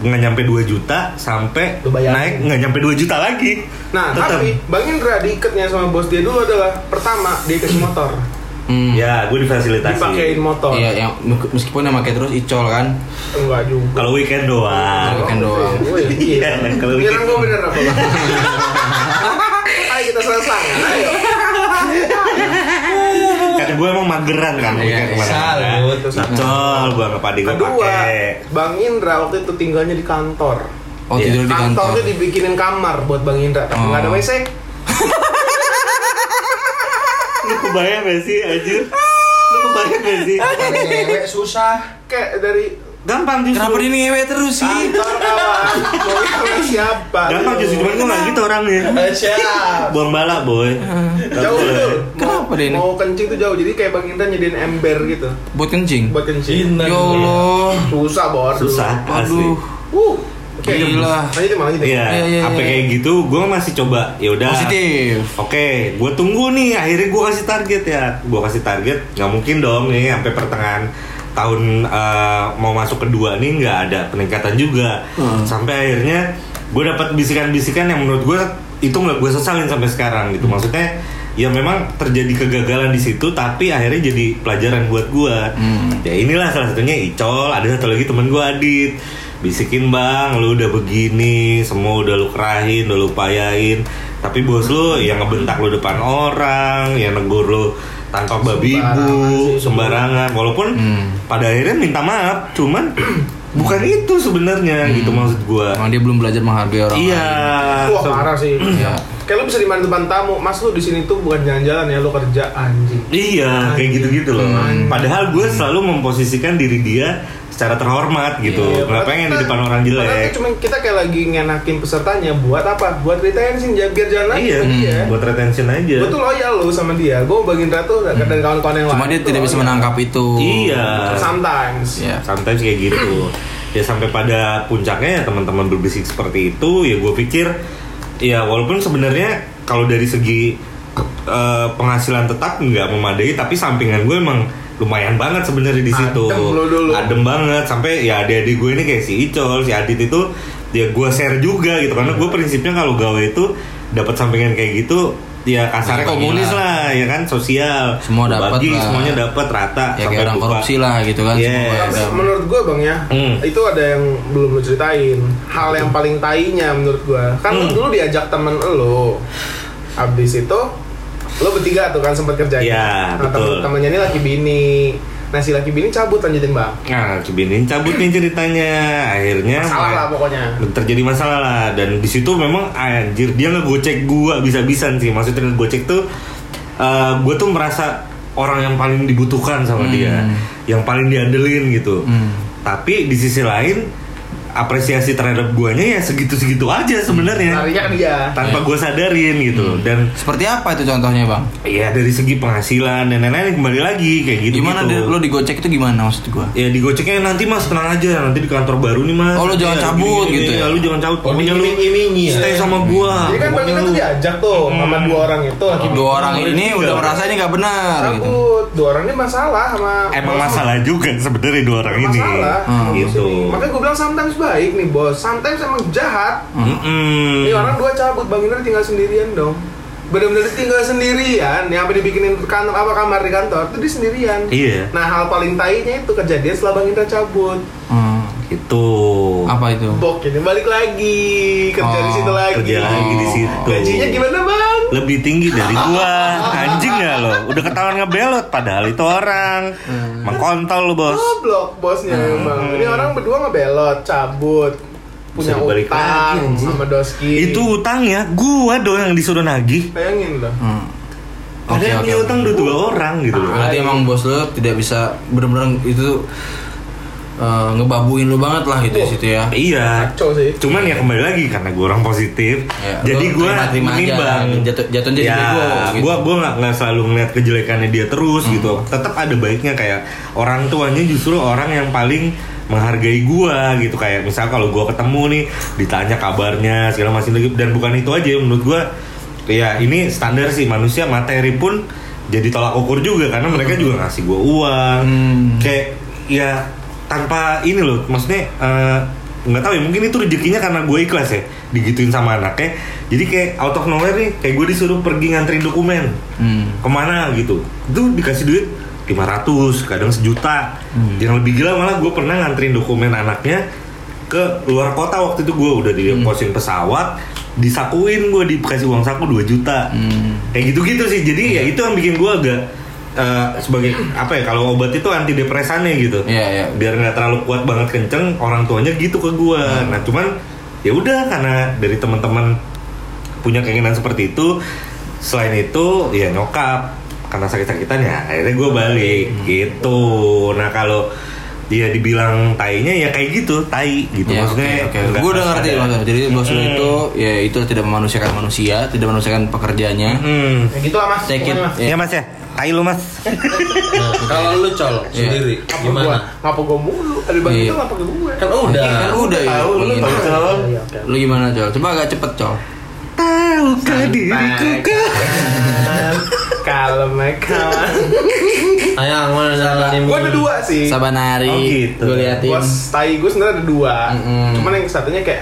F: nggak nyampe 2 juta sampai
B: Lu bayangin.
F: naik nggak nyampe 2 juta lagi
B: Nah,
F: Tetep.
B: tapi Bang Indra diikatnya sama bos dia dulu adalah pertama dia dikasih motor,
A: Hmm.
F: ya gue difasilitasi
B: dipakein motor.
A: Iya, yang meskipun yang pakai terus icol kan.
B: Enggak juga.
F: kalau weekend
B: Oh.
F: doang
A: Weekend doang.
B: Wih,
F: Iya,
B: Iya.
F: kalau
B: Pikiran
F: weekend.
B: gua bener apa? Bang? Ayo kita selesai. Ayo.
A: Iya.
F: kata gue emang mageran kan
A: Iya,
F: weekend
A: iya.
F: kemana-mana
B: Salut.
F: Sacol, gue nggak padi gue
B: Kedua,
F: pakai
B: Bang Indra waktu itu tinggalnya di kantor.
A: Oh,
F: Iya.
A: tidur di kantor.
B: Kantornya dibikinin kamar buat Bang Indra, tapi
A: Oh.
B: nggak ada WC.
F: lu kebayang gak sih anjir lu kebayang gak sih
G: Cewek susah.
B: Kayak dari
F: gampang justru
A: Kenapa dia ngewe terus sih?
B: Kantor kawan. Mau sama siapa?
F: gampang justru cuman gue nggak gitu orangnya
G: Eh, Siap.
F: buang bala boy
B: Jauh tuh.
A: Kenapa deh ini?
B: Mau kencing tuh jauh. Jadi kayak Bang Indra nyediain ember gitu
A: Buat kencing.
B: buat kencing.
A: Ya Allah.
B: Susah bor. dulu.
F: susah iya. asli
A: Aduh.
B: Uh. Oke.
A: Gila.
B: Lanjutin Bang, lanjutin.
F: Iya,
A: Iya, iya,
F: apa
A: iya.
F: kayak gitu gue masih coba ya udah
A: Positif.
F: Oke, gue tunggu nih. Akhirnya gue kasih target ya. Gue kasih target, nggak mungkin dong nih sampai pertengahan tahun eh, mau masuk kedua nih nggak ada peningkatan juga. Sampai akhirnya gue dapat bisikan-bisikan yang menurut gue itu nggak gue sesalin sampai sekarang gitu. Maksudnya ya memang terjadi kegagalan di situ, tapi akhirnya jadi pelajaran buat gue. Ya inilah salah satunya Icol. Ada satu lagi temen gue Adit bisikin bang lu udah begini semua udah lu kerahin udah lu payain tapi bos lu yang ngebentak lu depan orang yang negur lu tanpa babi bu sembarangan walaupun
B: Hmm.
F: pada akhirnya minta maaf cuman bukan itu sebenarnya
B: Hmm.
F: gitu maksud gua
A: Emang dia belum belajar menghargai orang
F: iya
B: Wah
F: so-
B: parah sih.
A: Iya.
B: Kayak lu bisa dimana depan tamu, mas lu di sini tuh bukan jalan-jalan ya, lu kerja anjing.
F: Iya, kayak gitu-gitu loh.
B: Hmm.
F: Padahal gue selalu memposisikan diri dia secara terhormat gitu. Nggak pengen di depan orang
B: Iya, kan
F: ya.
B: Padahal
F: jelek.
B: tuh cuman kita kayak lagi ngenakin pesertanya buat apa? Buat ceritain sih biar biar jalan lagi
F: Iya,
B: sama dia.
F: buat retention aja.
B: Gue tuh loyal lo sama dia. Gue bagian tuh dan
F: Hmm.
B: dan kawan-kawan yang lain.
A: Cuma dia
B: tuh
A: tidak bisa
B: loyal.
A: menangkap itu.
F: Iya.
B: Sometimes.
A: Iya.
F: sometimes kayak gitu ya sampai pada puncaknya ya teman-teman berbisik seperti itu ya gue pikir ya walaupun sebenarnya kalau dari segi eh, penghasilan tetap nggak memadai tapi sampingan gue emang lumayan banget sebenarnya di situ
B: Adem lo dulu.
F: adem banget sampai ya adik-adik gue ini kayak si Icol si Adit itu ya gue share juga gitu karena gue prinsipnya kalau gawe itu dapat sampingan kayak gitu ya kasarnya
A: Bagi-bagi
F: komunis
A: lah.
F: lah ya kan sosial
A: Semua
F: Lu
A: dapat
F: bagi,
A: lah.
F: semuanya dapat rata
A: Ya kayak orang
F: buka.
A: korupsi lah gitu kan.
F: Yes.
A: semua
B: Tapi
A: ada.
B: menurut gue bang ya,
F: Iya. Hmm.
B: itu ada yang belum lu ceritain. Hal yang paling tainya menurut gue, kan lu
F: Hmm.
B: dulu diajak temen lo, abis itu lo bertiga tuh kan sempat kerjain.
F: Iya,
B: nah, temen-
F: betul.
B: temennya ini laki bini. Nah si laki bini cabut lanjutin bang.
F: Nah, Cibinin cabut nih ceritanya. Akhirnya
B: Salah lah pokoknya.
F: terjadi masalah lah dan di situ memang anjir dia ngegocek gua bisa-bisan sih. Maksudnya ngegocek tuh eh, gua tuh merasa orang yang paling dibutuhkan sama
A: Hmm.
F: dia, yang paling diandelin gitu. Tapi di sisi lain apresiasi terhadap guanya ya segitu-segitu aja
A: Hmm.
F: sebenarnya.
B: Larinya kan dia.
A: Iya.
F: Tanpa gua sadarin gitu. Dan
A: Seperti apa itu contohnya bang?
F: ya dari segi penghasilan dan lain-lain kembali lagi kayak gitu.
A: Gimana dia- lo digocek itu gimana maksud gua?
F: ya digoceknya nanti mas tenang aja nanti di kantor baru nih mas
A: Oh, lu jangan
F: Ya,
A: cabut
F: gini-gini,
A: gitu ya?
F: ya lu jangan cabut
B: Oh,
F: pokoknya lu
G: iming-imingi ya.
F: stay sama gua
B: Jadi kan bang
F: Ah, Pokoknya
B: kita tuh
F: lu-
B: diajak tuh sama
F: Hmm.
B: dua orang itu laki bini.
A: Dua orang ini udah
F: Iya.
A: merasa ini nggak benar gitu.
B: Cabut, dua orang ini masalah sama.
F: emang masalah juga sebenarnya dua orang
B: kan?
F: ini
B: masalah Iya
A: Hmm.
F: gitu
B: makanya gue bilang sometimes baik nih bos sometimes emang jahat
F: Mm-mm.
B: ini orang dua cabut bang Indra tinggal sendirian dong bener-bener tinggal sendirian yang sampai dibikinin kantor apa kamar di kantor itu dia sendirian
F: Iya.
B: nah hal paling tainya itu kejadian setelah bang Indra cabut
A: Hmm,
F: gitu
A: Apa itu?
B: bok ini balik lagi kerja di situ
A: Oh,
B: lagi
F: Iya. kerja lagi di situ
B: gajinya gimana bang
F: lebih tinggi dari gua anjing ya lo udah ketahuan ngebelot padahal itu orang
A: Hmm.
F: mengkontol lo bos
B: goblok bosnya
F: Hmm.
B: emang ini orang berdua ngebelot cabut punya
F: Bisa dibalik
B: utang
F: lagi, anjing.
B: sama doski
F: itu utangnya gua dong yang disuruh nagih
B: bayangin loh
A: Hmm.
F: ada yang punya utang udah dua orang gitu loh
A: Berarti emang bos lo tidak bisa bener-bener itu eh, ngebabuin lo banget lah gitu di situ ya.
F: iya
B: kacau sih
F: Cuman ya kembali lagi karena gue orang positif,
A: Ya,
F: jadi
A: lu
F: gue
A: terima-terima aja,
F: menimbang
A: jatuh- jatuh jadi
F: ya,
A: bego, gitu. Hmm.
F: Gue gue nggak nggak selalu ngeliat kejelekannya dia terus gitu. Tetap ada baiknya kayak orang tuanya justru orang yang paling menghargai gue gitu kayak misal kalau gue ketemu nih ditanya kabarnya segala macam lagi dan bukan itu aja menurut gue ya ini standar sih manusia materi pun jadi tolak ukur juga karena mereka juga ngasih gue uang kayak ya tanpa ini loh maksudnya eh, nggak tahu ya mungkin itu rezekinya karena gue ikhlas ya digituin sama anaknya jadi kayak out of nowhere nih kayak gue disuruh pergi nganterin dokumen
A: Hmm.
F: kemana gitu itu dikasih duit 500 kadang sejuta
A: Hmm.
F: yang lebih gila malah gue pernah nganterin dokumen anaknya ke luar kota waktu itu gue udah
A: Hmm.
F: diposin pesawat disakuin gue dikasih uang saku 2 juta
A: Hmm.
F: kayak gitu-gitu sih jadi ya itu yang bikin gue agak eh, sebagai apa ya kalau obat itu antidepresannya gitu
A: Iya, iya.
F: biar nggak terlalu kuat banget kenceng orang tuanya gitu ke gua
A: Hmm.
F: nah cuman ya udah karena dari teman-teman punya keinginan seperti itu selain itu ya
A: Hmm.
F: nyokap karena sakit-sakitan ya akhirnya gue balik gitu nah kalau ya dibilang tainya ya kayak gitu tai gitu
A: Ya, oke,
F: maksudnya
A: oke.
F: nggak
A: Gue udah ngerti
F: sadar.
A: maksudnya. Jadi bosnya itu ya itu tidak memanusiakan manusia, tidak memanusiakan pekerjanya.
F: hmm.
B: Ya gitu lah mas.
A: Take it.
B: pokoknya, Mas.
A: Ya.
F: ya mas ya tai lu mas
G: Nah, kalau lu col sendiri
B: Apa gua?
G: gimana?
B: Ngapa gua mulu? Ada bagi
A: Iya.
B: itu ngapa gue?
G: Kan udah.
A: Kan udah
F: Iya,
A: ya.
B: Tahu, lu
A: Gini.
B: tahu, Col. Iya, oke.
A: Lu gimana, Col? Coba agak cepet, Col.
F: tahukah diriku kah
B: Kalau
F: eh,
B: mereka
G: Sayang mana jalan
B: Gua ada dua sih
A: Sabanari.
F: Oh, gitu.
A: Gue liatin.
B: Gua tai gue sebenarnya ada dua
A: Mm-mm.
B: Cuman yang satunya kayak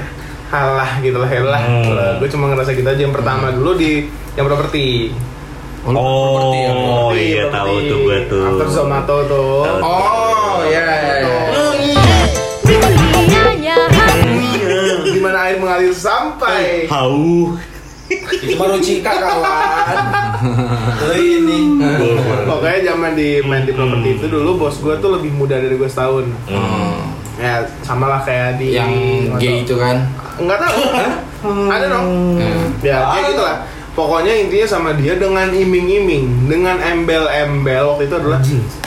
B: Halah gitu lah, halah
F: Hmm.
B: Gue cuma ngerasa gitu aja Yang
F: Mm.
B: pertama dulu di Yang properti
A: lu properti ya, lu.
F: oh
B: Properti,
F: iya
B: properti.
F: tahu tuh gue tuh
B: After Zomato tuh
F: Tahu.
A: Oh, iya. iya, iya.
B: Gimana iya, air mengalir sampai
F: hau
G: Itu baru cika kawan. ini.
B: Pokoknya zaman di main di
F: Mm.
B: properti itu dulu bos gue tuh lebih muda dari gue setahun.
A: Hmm.
B: Ya sama lah kayak di
A: Yang gay itu kan.
B: Enggak tahu. Ada dong.
A: Hmm.
B: Ya, ya gitu lah. Pokoknya intinya sama dia dengan iming-iming, dengan embel-embel waktu itu adalah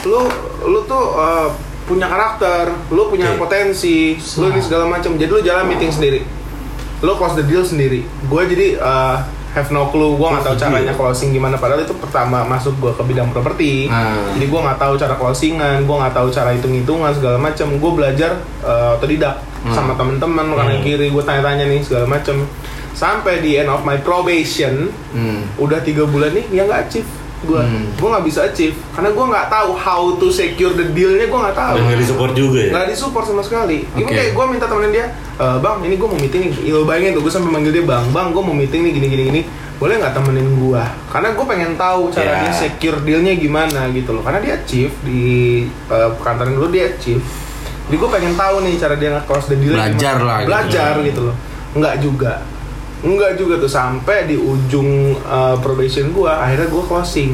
B: lu lu tuh eh, punya karakter, lu punya potensi, lu ini segala macam. Jadi lu jalan meeting sendiri. Lu close the deal sendiri. Gue jadi eh, have no clue, gue nggak tahu caranya closing gimana. Padahal itu pertama masuk gue ke bidang properti,
A: Nah.
B: jadi gue nggak tahu cara closingan, gue nggak tahu cara hitung-hitungan segala macam. Gue belajar eh, otodidak sama temen-temen kanan kiri, gue tanya-tanya nih segala macam. Sampai di end of my probation,
A: Hmm.
B: udah tiga bulan nih ya nggak achieve gue
A: Hmm.
B: gue nggak bisa achieve karena gue nggak tahu how to secure the dealnya gue nggak tahu
F: dan nggak disupport juga ya
B: nggak disupport sama sekali Ini
A: Oke.
B: kayak gue minta temenin dia "E, bang ini gue mau meeting nih Iya, lo bayangin tuh gue sampai manggil dia bang bang gue mau meeting nih gini gini gini boleh nggak temenin gue karena gue pengen tahu cara
F: Ya.
B: dia secure dealnya gimana gitu loh karena dia achieve di eh, kantornya dulu dia achieve jadi gue pengen tahu nih cara dia nge-close the deal
A: Belajar lah gitu.
B: belajar gitu loh nggak juga nggak juga tuh sampai di ujung eh, probation gue akhirnya gue closing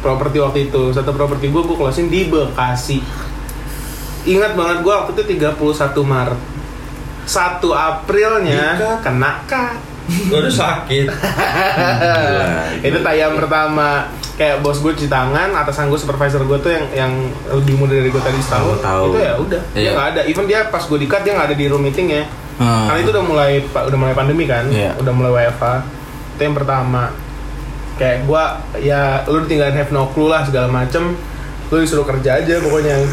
B: properti waktu itu satu properti gue gue closing di Bekasi ingat banget gue waktu itu 31 Maret 1 Aprilnya kena cut
G: Gue udah sakit.
B: itu tayang pertama kayak bos gue cuci tangan atasan gue supervisor gue tuh yang yang lebih muda dari gue tadi setahun
F: Tahu, tahu.
B: itu ya udah dia
A: Iya.
B: nggak ada even dia pas gue di cut dia nggak ada di room meeting ya
A: Hmm.
B: karena itu udah mulai udah mulai pandemi kan
A: Iya.
B: udah mulai WFA itu yang pertama kayak gue ya lu ditinggalin have no clue lah segala macem lu disuruh kerja aja pokoknya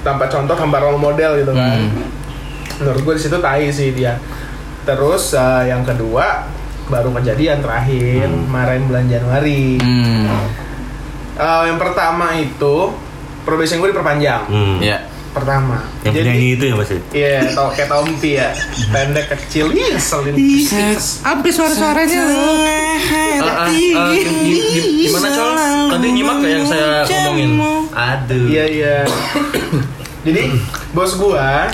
B: tanpa contoh tanpa role model gitu kan
A: Hmm.
B: menurut gue di situ tai sih dia terus eh, yang kedua baru kejadian terakhir
F: Hmm.
B: kemarin bulan Januari
A: Hmm.
B: Eh, yang pertama itu probation gue diperpanjang
F: hmm.
A: Ya.
B: pertama
F: yang penyanyi itu ya mas ya?
B: iya tau kayak Tompi ya pendek kecil ih selin
F: Apa suara-suaranya
A: Eh,
G: Eh, Gimana col? Tadi nyimak gak yang saya ngomongin? Aduh.
B: iya iya jadi bos gua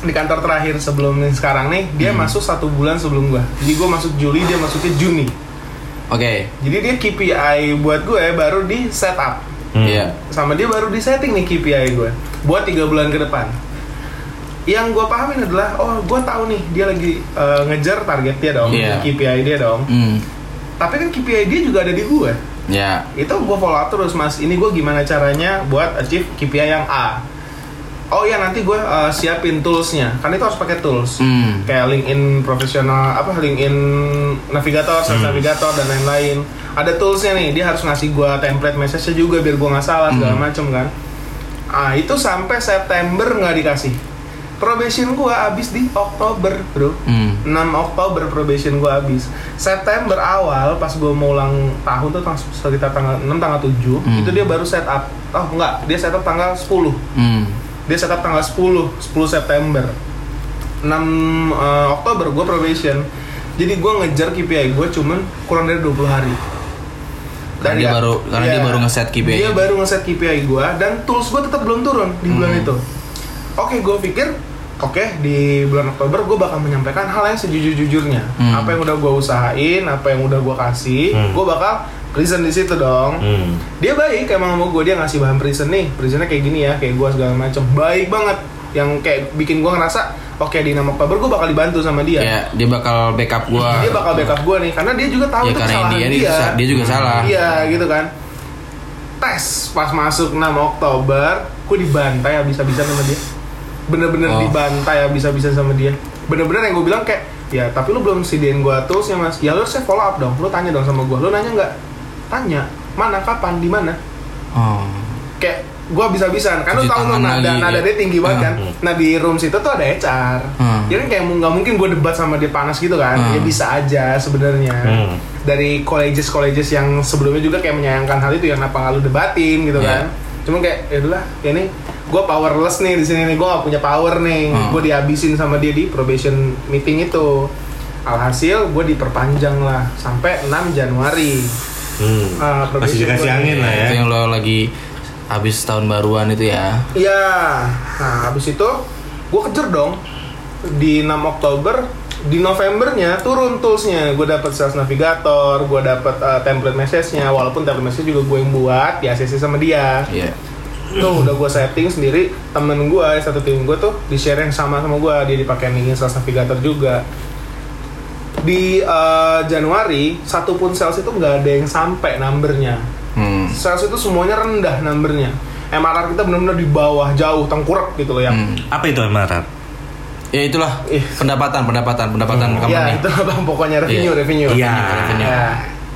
B: di kantor terakhir sebelum ini sekarang nih dia
F: Hmm.
B: masuk satu bulan sebelum gua jadi gua masuk Juli dia masuknya Juni
A: Oke.
B: jadi dia KPI buat gue baru di setup
A: Iya.
B: sama dia baru di setting nih KPI gue buat tiga bulan ke depan yang gue pahamin adalah oh gue tahu nih dia lagi eh, ngejar target dia dong
A: Iya.
B: KPI dia dong
A: Hmm.
B: tapi kan KPI dia juga ada di gue
A: Ya.
B: itu gue follow up terus mas ini gue gimana caranya buat achieve KPI yang A oh ya nanti gue eh, siapin toolsnya kan itu harus pakai tools
A: Hmm.
B: kayak LinkedIn profesional apa LinkedIn navigator search navigator dan lain-lain ada toolsnya nih dia harus ngasih gua template message-nya juga biar gua nggak salah segala macem kan ah itu sampai September nggak dikasih probation gua habis di Oktober bro
A: Hmm.
B: 6 Oktober probation gua habis September awal pas gua mau ulang tahun tuh tang- sekitar tanggal 6 tanggal 7
A: Hmm.
B: itu dia baru set up oh enggak dia set up tanggal 10
A: Hmm.
B: dia setup tanggal 10 10 September 6 eh, Oktober gue probation jadi gue ngejar KPI gue cuman kurang dari 20 hari
A: Karena dia
B: ya-
A: baru- karena
B: iya,
A: dia baru ngeset KPI.
B: dia baru ngeset KPI gue dan tools gue tetap belum turun di bulan
A: Hmm.
B: itu oke gue pikir oke di bulan Oktober gue bakal menyampaikan hal yang sejujur-jujurnya
A: Hmm.
B: apa yang udah gue usahain apa yang udah gue kasih
F: Hmm.
B: gue bakal present di situ dong
F: hmm.
B: dia baik emang sama gue dia ngasih bahan prison nih prisonnya kayak gini ya kayak gue segala macem baik banget yang kayak bikin gue ngerasa oke di nama Oktober gue bakal dibantu sama dia
A: Ya, dia bakal backup gua.
B: dia bakal backup gue nih karena dia juga tahu
A: Ya
B: itu
A: karena
B: kesalahan
A: dia
B: dia
A: dia, dia juga salah.
B: iya gitu kan tes pas masuk 6 Oktober gue dibantai habis-habisan sama dia bener-bener
A: Oh.
B: dibantai habis-habisan sama dia bener-bener yang gue bilang kayak ya tapi lu belum sediain gue terus ya mas ya lu harusnya follow up dong lu tanya dong sama gue lu nanya nggak tanya mana kapan di mana
A: Oh.
B: kayak gue habis-habisan kan lu
A: Cuci
B: tau dong
A: tangan
B: nada
A: lagi,
B: nada
A: ya.
B: dia tinggi banget kan
F: Hmm.
B: nah di room situ tuh ada HR
A: Hmm.
B: jadi kayak mu- nggak mungkin gue debat sama dia panas gitu kan
A: Hmm.
B: ya bisa aja sebenarnya
F: Hmm.
B: dari colleges colleges yang sebelumnya juga kayak menyayangkan hal itu ya kenapa nggak lu debatin gitu
A: Iya.
B: kan cuma kayak ya udahlah ya ini gue powerless nih di sini nih gue gak punya power nih
A: Hmm.
B: gue dihabisin sama dia di probation meeting itu alhasil gue diperpanjang lah sampai 6 Januari
F: Hmm.
B: Ah,
F: Masih
B: probation
F: dikasih
B: gua.
F: angin lah ya.
A: Itu yang lo lagi habis tahun baruan itu ya.
B: Iya. Nah, habis itu gue kejar dong di 6 Oktober di Novembernya turun toolsnya gue dapet sales navigator gue dapet eh, template message-nya walaupun template message juga gue yang buat di ACC sama dia
A: Iya.
B: tuh udah gue setting sendiri temen gue satu tim gue tuh di share yang sama sama gue dia dipakai ini sales navigator juga di eh, Januari satu pun sales itu nggak ada yang sampai numbernya
A: Hmm.
B: sales itu semuanya rendah numbernya MRR kita benar-benar di bawah jauh tengkurap gitu loh yang
A: Hmm.
F: Apa itu MRR?
A: Ya itulah
B: Ih.
A: pendapatan, pendapatan, pendapatan company.
B: ya itu lah bang pokoknya revenue
A: Iya.
B: revenue
F: Iya.
A: Revenue.
B: Ya.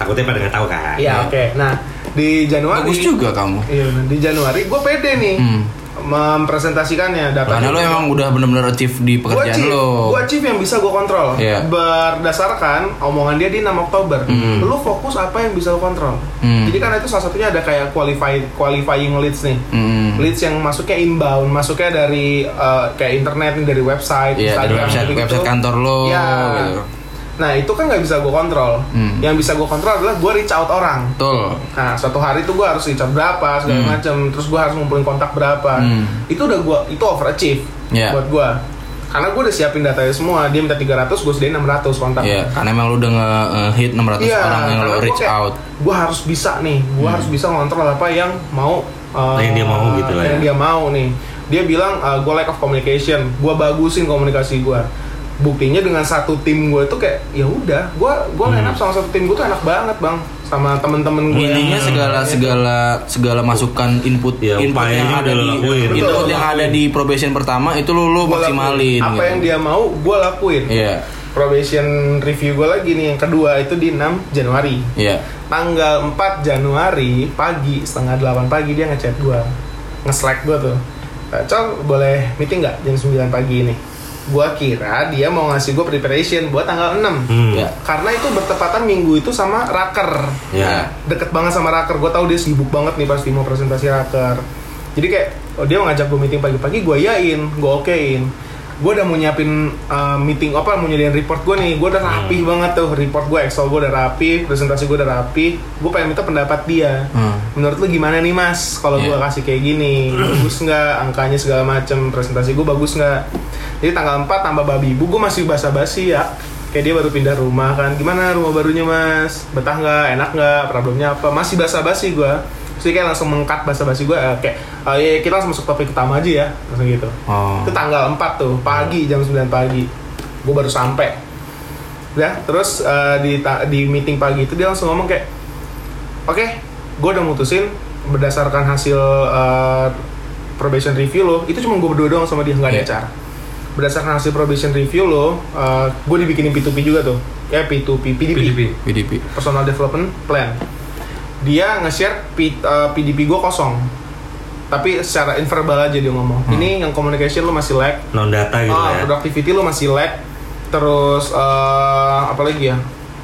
F: Takutnya pada nggak tahu kan.
B: Iya, oke nah di Januari
A: Bagus juga kamu.
B: iya benar. di Januari gue pede nih
A: Hmm.
B: mempresentasikannya data
A: Karena lo emang udah bener-bener achieve di
B: gue
A: pekerjaan
B: achieve,
A: lo.
B: gue achieve yang bisa gue kontrol
A: Iya.
B: berdasarkan omongan dia di 6 Oktober
A: Hmm.
B: lu fokus apa yang bisa lo kontrol
A: Hmm.
B: jadi kan itu salah satunya ada kayak qualify qualifying leads nih
A: Hmm.
B: leads yang masuknya inbound, masuknya dari eh, kayak internet nih, dari website,
A: Iya, dari website,
B: gitu-gitu.
A: website kantor lo.
B: Iya.
A: Gitu.
B: Nah itu kan nggak bisa gue kontrol.
A: Hmm.
B: Yang bisa gue kontrol adalah gue reach out orang.
A: Betul.
B: Nah suatu hari itu gue harus reach out berapa segala
A: Hmm.
B: macem, terus gue harus ngumpulin kontak berapa.
A: Hmm.
B: Itu udah gue itu overachieve
A: Iya.
B: buat gue. Karena gue udah siapin datanya semua, dia minta 300, gue sediain 600 kontak.
A: Iya, karena emang lo udah nge-hit 600
B: Iya,
A: orang yang lo reach out. Hmm.
B: Gue harus bisa nih, gue harus bisa ngontrol apa yang mau uh,
F: Yang dia mau gitu lah
B: Yang
F: ya.
B: dia mau nih. Dia bilang gue lack of communication, gue bagusin komunikasi gue. Buktinya dengan satu tim gue tuh kayak ya udah, gue gue line
A: Hmm.
B: up sama satu tim gue tuh enak banget bang, sama temen-temen gue.
A: Intinya segala segala segala masukan input
F: Iya,
A: input yang
F: upayanya
A: ada
F: udah gitu.
A: di
F: lo lakuin.
A: input
B: Betul.
A: yang ada di probation pertama itu lo lo
B: Gua lakuin.
A: maksimalin.
B: Apa
A: gitu.
B: yang dia mau, gue lakuin.
A: Iya,
B: Probation review gue lagi nih yang kedua itu di 6 Januari.
A: iya.
B: tanggal 4 Januari pagi setengah 8 pagi dia ngechat gua nge-slack gua tuh "Eh, Col boleh meeting nggak jam 9 pagi ini gua kira dia mau ngasih gua preparation buat tanggal 6
F: Hmm.
A: Iya.
B: karena itu bertepatan minggu itu sama raker
F: Ya.
B: deket banget sama raker gue tahu dia sibuk banget nih pasti mau presentasi raker jadi kayak oh, dia ngajak gue meeting pagi-pagi gue yain gue okein gue udah mau nyiapin uh, meeting apa mau nyediain report gue nih gue udah rapi banget tuh report gue excel gue udah rapi presentasi gue udah rapi gue pengen minta pendapat dia
A: Hmm.
B: menurut lu gimana nih mas kalau
A: Iya.
B: gue kasih kayak gini bagus nggak angkanya segala macem presentasi gue bagus nggak jadi tanggal 4 tambah babi ibu gue masih basa-basi ya kayak dia baru pindah rumah kan gimana rumah barunya mas betah nggak enak nggak problemnya apa masih basa-basi gue Terus dia kayak langsung mengkat basa-basi gue eh, kayak "Oh, iya, kita langsung masuk topik utama aja ya langsung gitu
A: Oh.
B: itu tanggal 4 tuh pagi jam 9 pagi gue baru sampai ya terus eh, di ta- di meeting pagi itu dia langsung ngomong kayak oke gue udah mutusin berdasarkan hasil eh, probation review lo itu cuma gue berdua doang sama dia
A: Iya.
B: nggak ada cara berdasarkan hasil probation review lo gue dibikinin P2P juga tuh ya P2P PDP.
A: PDP.
B: personal development plan dia nge-share P- eh, PDP gue kosong tapi secara inverbal aja dia ngomong
F: Hmm.
B: ini yang communication lo masih lag
F: Non data gitu
B: ah,
F: ya.
B: productivity lo masih lag terus eh, apa lagi ya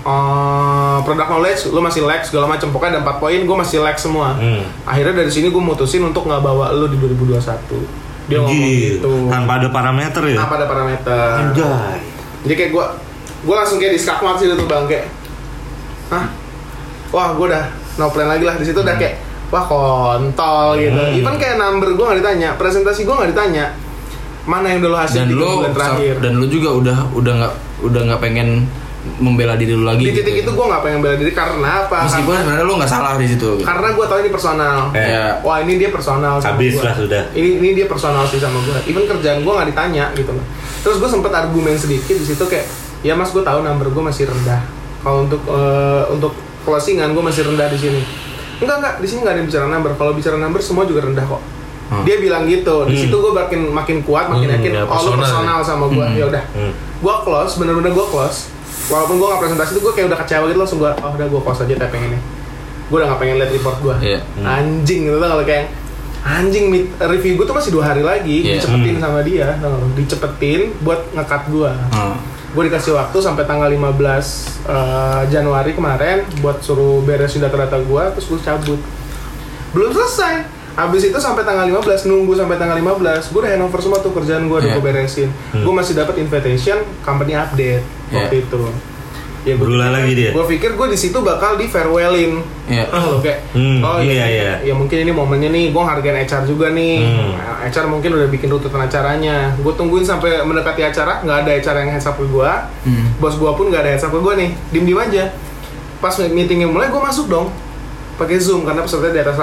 B: Eh, product knowledge lo masih lag segala macam pokoknya ada empat poin gue masih lag semua
F: Hmm.
B: akhirnya dari sini gue mutusin untuk nggak bawa lo di 2021 dia ngomong
F: Anjir,
B: gitu
F: Tanpa ada parameter ya.
B: apa ada parameter
F: Anjay.
B: jadi kayak gue gue langsung kayak diskakmat sih tuh bang kayak hah wah gue udah no plan lagi lah di situ udah
A: Hmm.
B: kayak wah kontol gitu
F: Hmm.
B: even kayak number gue nggak ditanya presentasi gue nggak ditanya mana yang dulu hasil
A: Dan
B: tiga
A: lo
B: bulan terakhir
A: dan lo juga udah udah nggak udah nggak pengen membela diri lo lagi.
B: di titik
A: gitu.
B: itu gue nggak pengen bela diri karena apa
A: Meskipun sebenarnya lo nggak salah di situ. gitu.
B: karena gue tau ini personal
A: Iya.
B: wah ini dia personal sama
F: Habis
B: gua.
F: lah sudah.
B: ini ini dia personal sih sama gue even kerjaan gue nggak ditanya gitu loh terus gue sempet argumen sedikit di situ kayak ya mas gue tahu number gue masih rendah kalau untuk eh, untuk closingan gue masih rendah di sini enggak enggak di sini nggak ada yang bicara number kalau bicara number semua juga rendah kok
F: Hmm.
B: Dia bilang gitu. Di situ gue makin makin kuat, makin
G: Hmm,
B: yakin.
G: ya,
B: oh, lu
G: personal
B: personal sama gue.
F: Hmm.
B: Ya udah. Gue close, bener-bener gue close. Walaupun gue gak presentasi itu gue kayak udah kecewa gitu langsung gue, oh udah gue close aja tapping ini. Gue udah gak pengen lihat report gue.
G: Iya.
B: Anjing gitu tau kalau kayak anjing mit- review gue tuh masih dua hari lagi
G: Iya.
B: dicepetin sama dia tau nggak lu? dicepetin buat ngekat gue
F: Eh.
A: Hmm.
B: gue dikasih waktu sampai tanggal 15 eh, Januari kemarin buat suruh beresin data-data gue terus gue cabut belum selesai Habis itu sampai tanggal 15, nunggu sampai tanggal 15 Gue udah handover semua tuh kerjaan gue, udah
A: Iya.
B: gue beresin
F: Hmm.
B: Gue masih dapat invitation, company update Waktu itu Ya gue
F: Iya. Berulang lagi dia.
B: Gue pikir gue di situ bakal di farewellin
A: Iya.
B: Loh, ya. kayak,
F: Hmm, iya, iya.
B: ya mungkin ini momennya nih gue hargain HR juga nih
F: Hmm.
B: HR mungkin udah bikin rututan acaranya gue tungguin sampai mendekati acara nggak ada acara yang heads up ke gue
A: Hmm.
B: bos gue pun nggak ada heads up ke gue nih diem diem aja pas meetingnya mulai gue masuk dong pakai zoom karena peserta di atas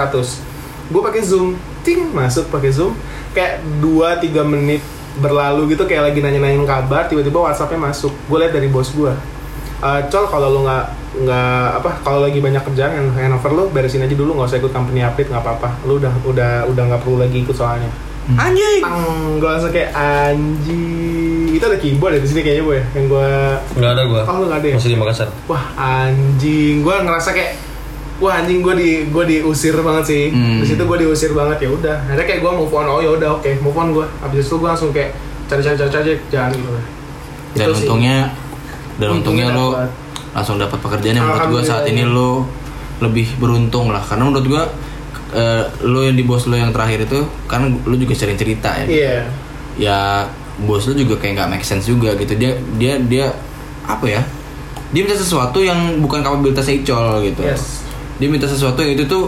B: 100 gue pakai zoom ting masuk pakai zoom kayak 2-3 menit berlalu gitu kayak lagi nanya-nanyain kabar tiba-tiba WhatsAppnya masuk gue lihat dari bos gue Eh, col kalau lu nggak nggak apa kalau lagi banyak kerjaan yang handover lu beresin aja dulu nggak usah ikut company update nggak apa-apa lu udah udah udah nggak perlu lagi ikut soalnya anjing gue langsung kayak anjing itu ada keyboard ya di sini kayaknya bu ya yang gue
G: Nggak ada gua.
B: oh lu nggak ada ya
G: Masih di Makassar.
B: wah anjing gue ngerasa kayak wah anjing gue di gue diusir banget sih
A: Hmm.
B: di situ gue diusir banget ya udah akhirnya kayak gue move on oh ya udah oke move on gue abis itu gue langsung kayak cari cari cari cari jangan gitu
A: dan
B: Itu sih.
A: untungnya dan untungnya lo
B: Untungnya dapat.
A: langsung dapat pekerjaan yang menurut gue
B: Alhamdulillah,
A: saat ini
B: iya.
A: lo lebih beruntung lah karena menurut gue eh, lo yang di bos lo yang terakhir itu kan lo juga sering cerita ya
B: iya
A: ya bos lo juga kayak nggak make sense juga gitu dia dia dia apa ya dia minta sesuatu yang bukan kapabilitasnya Icol gitu
B: Yes.
A: dia minta sesuatu yang itu tuh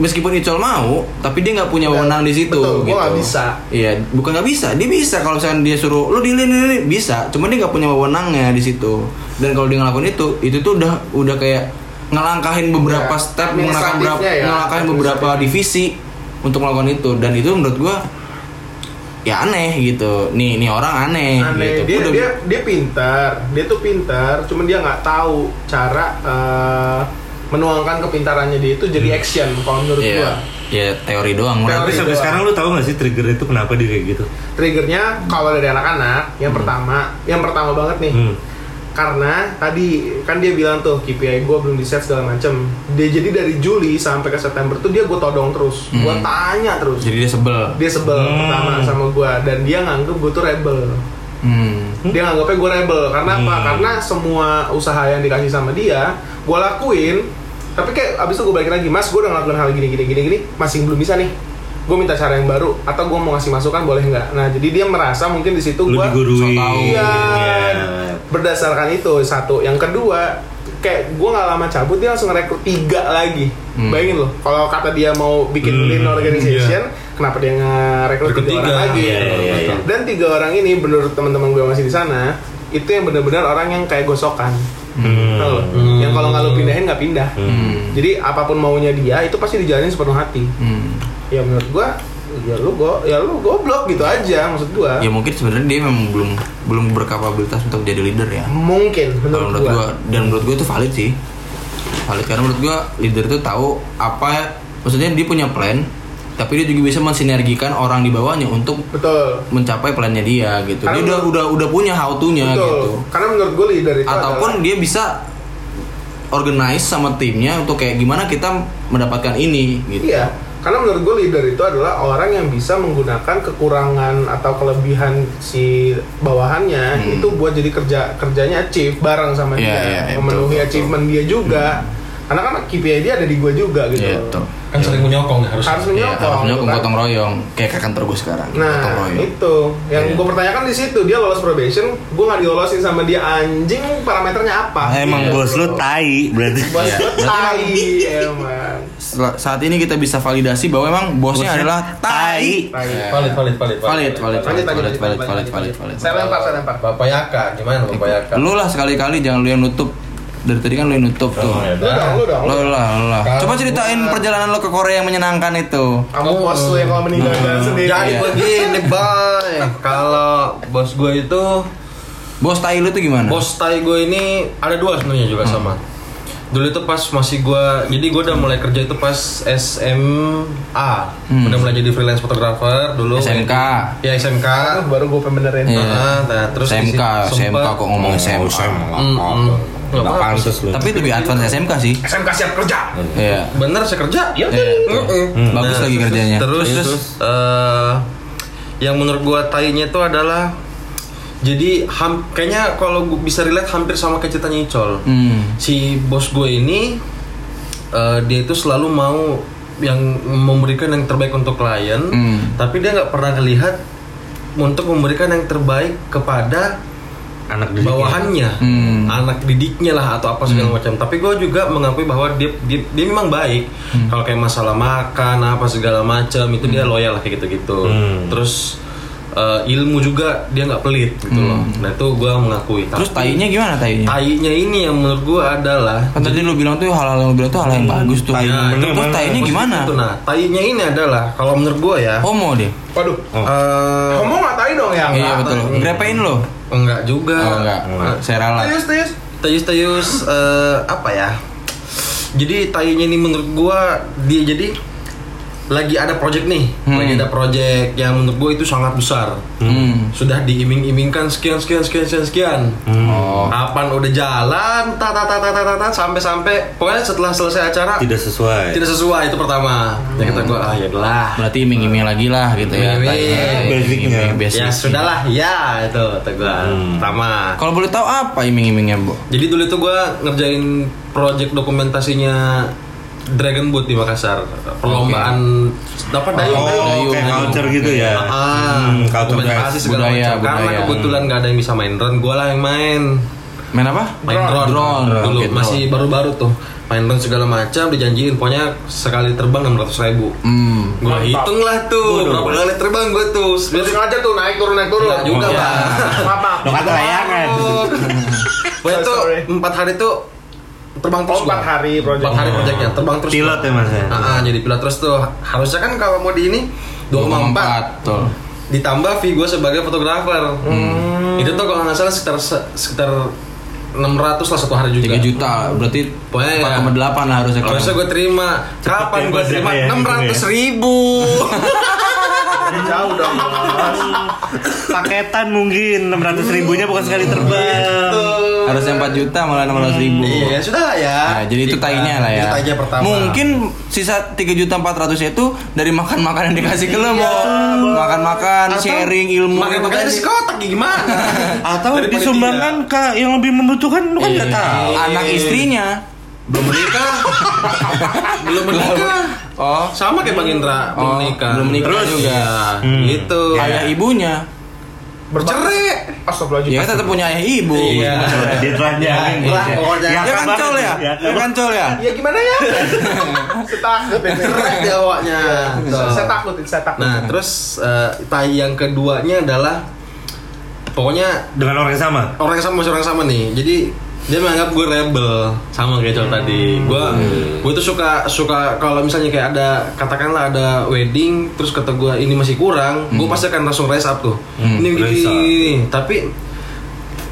A: meskipun Icol mau tapi dia nggak punya
B: Nggak,
A: wewenang di situ
B: betul, gua
A: gitu
B: nggak bisa.
A: iya bukan nggak bisa dia bisa kalau misalkan dia suruh lo dilin ini bisa cuman dia nggak punya wewenangnya di situ dan kalau dia ngelakuin itu itu tuh udah udah kayak ngelangkahin beberapa
B: Ya,
A: step ngelangkahin
B: administratifnya
A: beberapa
B: ya,
A: ngelangkahin beberapa divisi untuk melakukan itu dan itu menurut gua ya aneh gitu nih nih orang aneh, gitu
B: aneh dia,
A: Udah-
B: dia dia pintar dia tuh pintar cuman dia nggak tahu cara eh, menuangkan kepintarannya dia itu jadi action kalau menurut
A: Hmm. Iya.
B: gua
A: ya teori doang
B: Teori.
A: Murad.
F: Tapi sampai sekarang lu tahu gak sih trigger itu kenapa dia kayak gitu?
B: triggernya kalau dari anak-anak
A: Hmm.
B: yang pertama yang pertama banget
A: Iya.
B: nih
F: Hmm.
B: karena tadi kan dia bilang tuh KPI gue belum di set segala macem dia jadi dari Juli sampai ke September tuh dia gue todong terus gue
A: Hmm.
B: tanya terus
A: jadi dia sebel
B: dia sebel
F: Hmm.
B: pertama sama gue dan dia nganggep gue tuh rebel
A: hmm.
B: dia nganggapnya gue rebel karena apa
F: Hmm.
B: karena semua usaha yang dikasih sama dia gue lakuin tapi kayak abis itu gue balik lagi mas gue udah ngelakuin hal gini gini gini gini masih belum bisa nih gue minta cara yang baru atau gue mau ngasih masukan boleh nggak nah jadi dia merasa mungkin di situ
F: Lu
B: gue
F: digurui.
A: so tau.
B: iya
F: Iya.
B: berdasarkan itu satu yang kedua kayak gue nggak lama cabut dia langsung rekrut tiga lagi
A: Hmm.
B: bayangin loh kalau kata dia mau bikin
F: Hmm,
B: lean organization kenapa dia ngerekrut tiga,
G: Rekrut
B: orang
G: tiga.
B: lagi
F: Iya, iya, iya, iya.
B: dan tiga orang ini menurut teman-teman gue masih di sana itu yang benar-benar orang yang kayak gosokan
F: Hmm.
B: Tau loh?
G: Hmm.
B: yang kalau nggak lu pindahin nggak pindah
F: Hmm.
B: jadi apapun maunya dia itu pasti dijalanin sepenuh hati
A: Hmm.
B: ya menurut gue ya lu go ya lu goblok gitu aja maksud gue
A: ya mungkin sebenarnya dia memang belum belum berkapabilitas untuk jadi leader ya
B: mungkin
A: kalau
B: menurut
A: menurut
B: gue
A: gua dan menurut gua itu valid sih valid karena menurut gua leader itu tahu apa maksudnya dia punya plan tapi dia juga bisa mensinergikan orang di bawahnya untuk
B: betul
A: mencapai plannya dia gitu dia
B: Karena
A: udah udah udah punya how to nya
B: Betul.
A: gitu
B: Karena menurut gue leader itu
A: ataupun dia bisa organize sama timnya untuk kayak gimana kita mendapatkan ini
B: adalah,
A: gitu
B: iya. Karena menurut gue leader itu adalah orang yang bisa menggunakan kekurangan atau kelebihan si bawahannya
A: Hmm.
B: itu buat jadi kerja kerjanya achieve bareng
A: Iya,
B: sama dia,
A: iya, iya, betul,
B: memenuhi
A: betul. Hmm.
B: achievement dia juga. Karena kan KPI dia ada di gue juga gitu.
A: Iya, betul.
G: Kan sering menyokong ya harus.
B: Harus
A: Iya,
B: menyokong.
A: harus
B: gitu
A: menyokong
B: kan.
A: gotong royong kayak ke kantor gue sekarang gitu. gotong
B: Nah
A: royong
B: itu yang
A: Iya.
B: gue pertanyakan di situ dia lolos probation, gue nggak dilolosin sama dia anjing parameternya apa? Gitu.
F: Emang Hmm. bos lu tai berarti.
B: Bos
A: Iya.
B: lu tai emang.
A: Setelah- saat ini kita bisa validasi bahwa emang bosnya adalah tai
B: Tai.
G: Valid, valid, valid,
A: valid valid valid
B: Lanjut,
A: valid
B: lanjut,
A: valid
B: lanjut,
A: valid
B: lanjut,
A: valid
B: lanjut.
A: valid
B: Saya lempar, saya lempar.
G: Bapak Yaka, gimana Bapak Yaka?
A: lu lah sekali-kali jangan lu yang nutup dari tadi kan lu yang nutup tuh
G: Oh, ya
F: iya.
B: Lu dong,
G: udah.
B: lu dong.
A: lo lah lo lah
G: Kalau
A: coba ceritain perjalanan lo ke Korea yang menyenangkan itu
B: Kamu bos lu yang kalau meninggal jalan sendiri.
G: Jadi
A: Iya.
G: begini, Boy. Kalau bos gue itu
A: bos tai lu tuh gimana Hmm.
G: Bos tai gue ini ada dua sebenarnya juga sama. dulu itu pas masih gua jadi gua udah mulai kerja itu pas SMA
A: Hmm.
G: udah mulai jadi freelance fotografer dulu
A: SMK.
G: ya SMK
B: Kan baru gue pembenerin
A: Iya.
G: Ah, nah, terus di
A: SMK,
G: situ
A: SMK
G: sempet-
A: kok ngomong
F: Oh,
A: SMK.
G: Mm, mm. Nggak
F: Gak
G: apa-apa.
F: pantas lu.
A: Hmm, Tapi lebih advance SMK sih.
B: SMK siap kerja
A: Iya.
G: bener saya kerja ya udah.
A: Iya.
G: Mm-mm. Nah,
A: Hmm. Bagus lagi
G: terus-
A: kerjanya.
G: terus
A: Iya,
G: terus
A: terus.
G: eh, yang menurut gua tainya itu adalah jadi ham- kayaknya kalau gua bisa relate hampir sama kayak ceritanya Icol
A: Hmm.
G: si bos gue ini eh, dia itu selalu mau yang memberikan yang terbaik untuk klien
A: Hmm.
G: tapi dia nggak pernah melihat untuk memberikan yang terbaik kepada
F: Anak didiknya.
G: bawahannya
A: Hmm.
G: anak didiknya lah atau apa segala macam tapi gue juga mengakui bahwa dia dia, dia memang baik
A: Hmm.
G: kalau kayak masalah makan apa segala macam itu dia loyal lah kayak gitu gitu
F: Hmm.
G: terus eh, ilmu juga dia nggak pelit gitu loh nah itu gue mengakui
A: Hmm. Terus
G: Tapi-
A: tainya gimana tainya?
G: tainya ini yang menurut gua adalah
A: Kan tadi lu bilang tuh hal-hal yang lu bilang tuh hal yang bagus tuh.
F: tai
A: Nah,
F: bener
A: Terus
F: banget.
A: tainya gimana?
G: Itu, nah, tainya ini adalah kalau menurut gua ya,
A: Homo dia.
B: waduh
F: Oh.
G: eh,
B: ngomong nggak tai dong ya
A: Iya betul. Grepein lo.
G: enggak juga.
A: Oh enggak.
F: Enggak.
A: Saya ralat.
B: Tius, tius.
G: Tayus-tayus eh, apa ya? Jadi tainya ini menurut gua dia jadi lagi ada project nih,
A: Hmm.
G: lagi ada project yang menurut gua itu sangat besar.
A: Hmm.
G: Sudah diiming-imingkan sekian sekian sekian sekian sekian.
A: Oh.
G: Kapan udah jalan, tata sampai-sampai pokoknya setelah selesai acara
F: Tidak sesuai.
G: tidak sesuai itu pertama. Ya kita gua ah ya udahlah.
A: Berarti iming-iming lagi lah gitu ya.
G: Iming-iming.
A: tainya.
F: Basicnya.
A: Iming-iming basic.
G: Ya sudahlah, ya itu teguh
F: Hmm.
G: pertama.
A: Kalau boleh tahu apa iming-imingnya, Bu?
G: Jadi dulu itu gua ngerjain project dokumentasinya Dragon Boat di Makassar, perlombaan dapat dayung.
F: Oh,
A: Dayung,
F: kayak
A: dayung.
F: culture gitu ya.
G: Ah,
F: Hmm, culture
G: dokumentasi
F: guys.
G: segala
A: Budaya,
G: macam. Karena
A: budaya.
G: kebetulan nggak ada yang bisa main drone, gua lah yang main.
A: Main apa?
G: Main drone,
A: Drone.
G: dulu
A: Oke,
G: masih
A: drone.
G: baru-baru tuh. Main drone segala macam, dijanjiin pokoknya sekali terbang 600 ribu.
A: Hmm.
G: Gua hitung lah tuh,
F: Waduh.
G: berapa kali terbang gua tuh.
B: Terus sengaja tuh naik turun naik turun
G: Nggak juga, Bang.
B: apa
F: Lo ya, kata layangan.
G: Oh, Pokoknya tuh
B: Sorry.
G: empat hari tuh terbang terus
B: Oh, empat
G: gua.
B: hari project.
G: Empat hari projectnya terbang terus.
F: Oh. Pilot
G: gua.
F: ya, Mas, ya?
G: Ah, ah, jadi pilot terus tuh harusnya kan kalau mau di ini 2,4
A: Betul.
G: ditambah fee gue sebagai fotografer.
B: Hmm.
G: Itu tuh kalau nggak salah sekitar se- sekitar 600 lah satu hari juga.
A: 3 juta. Berarti
G: Pokoknya ya.
A: 4,8 lah harusnya kalau.
G: Harusnya gue terima. Kapan
F: ya,
G: gue
F: Mas,
G: terima?
F: ya, ya,
G: Enam ratus
F: gitu
G: ribu.
B: jauh dong Mas.
F: Paketan mungkin
G: Hmm.
F: 600 ribunya bukan sekali terbang.
A: Harusnya 4 juta malah 600 ribu.
G: Iya, sudah lah ya.
A: Nah, jadi itu tainya lah ya.
G: Itu tainya pertama.
A: Mungkin sisa 3 juta 400 itu dari makan-makan yang dikasih ke lo, Bo. Makan-makan,
G: Iya, Atau
A: sharing ilmu
G: makan
A: itu
G: makan
A: tadi.
G: dari kotak ya gimana?
F: Atau
G: Dari Iya.
F: disumbangkan ke yang lebih membutuhkan lu kan enggak tahu.
A: Anak istrinya.
G: belum menikah. belum menikah.
A: Oh,
G: Sama kayak Bang Indra, belum
A: Oh,
G: menikah.
A: belum menikah
G: Terus
A: juga. Iya,
G: ya,
F: Hmm.
G: gitu.
A: ayah ibunya.
G: Bercerai.
B: Astagfirullahaladzim.
A: Ya kan tetap punya ayah ibu.
G: Oh, Iya.
F: Dia telah jamin.
G: Lah,
F: Ya,
G: pokoknya.
A: Ya kan
F: kabar
A: col ya?
F: itu,
A: Ya kan col ya?
G: Iya.
B: Ya gimana ya? Saya takut
G: Bercerai
B: ini.
G: dia awaknya. Tuh.
B: Saya takut, saya takut.
G: Nah, terus eh, tai yang keduanya adalah pokoknya
F: Dengan orang yang sama.
G: orang yang sama masih orang yang sama nih jadi dia menganggap gue rebel sama kayak cowok tadi gue gue tuh suka suka kalau misalnya kayak ada katakanlah ada wedding terus kata gue ini masih kurang gue pasti akan langsung raise up tuh ini begini
F: raise up.
G: ini, ini. tapi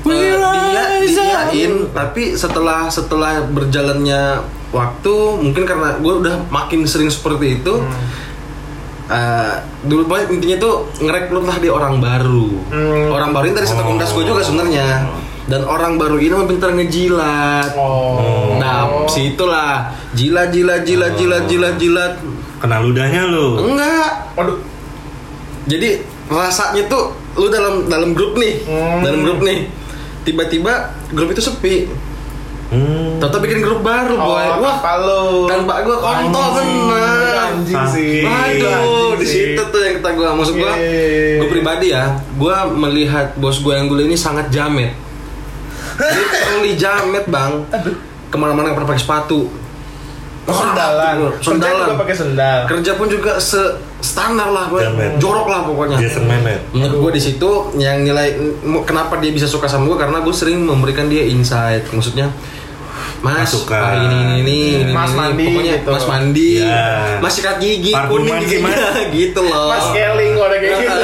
G: eh, dia diain tapi setelah setelah berjalannya waktu mungkin karena gue udah makin sering seperti itu
B: Hmm.
G: eh, dulu banget intinya tuh ngerekrut lah dia orang baru
B: Hmm. Oh.
G: orang baru ini dari satu komunitas gue juga sebenarnya dan orang baru ini mah pintar ngejilat
B: Oh.
G: nah situlah jilat jilat jilat jilat jilat jilat
F: Kena ludahnya lu.
G: enggak
B: Waduh.
G: jadi rasanya tuh lu dalam dalam grup nih
B: Hmm.
G: dalam grup nih tiba-tiba grup itu sepi
F: Hmm.
G: tetap bikin grup baru boy
B: Oh,
G: wah
B: tanpa lu.
G: tanpa gua kontol
B: Anjing.
G: bener
B: Anjing sih.
G: Aduh,
B: Anjing
G: di
B: sih.
G: situ tuh yang kata gue maksud gue,
B: Yeay.
G: gue pribadi ya, gue melihat bos gue yang dulu ini sangat jamet, literally jamet bang, kemana-mana nggak pernah pakai sepatu,
B: Oh, Sendalan. Kerja
G: Sendalan.
B: juga pakai sendal.
G: kerja pun juga se standar lah, gua.
F: Jamet.
G: jorok lah pokoknya.
F: Jason Mehmet.
G: Menurut gue di situ yang nilai m- kenapa dia bisa suka sama gue karena gue sering memberikan dia insight, maksudnya Mas,
F: Masukan.
G: ah, ini, ini, ini, ini,
B: Mas
G: ini,
B: mandi,
G: pokoknya
B: gitu.
G: Mas mandi,
F: Iya.
G: Mas sikat gigi,
F: Parfuman
G: kuning
F: sih, Mas.
G: giginya, gitu loh.
B: Mas Keling kalau ada kayak gitu.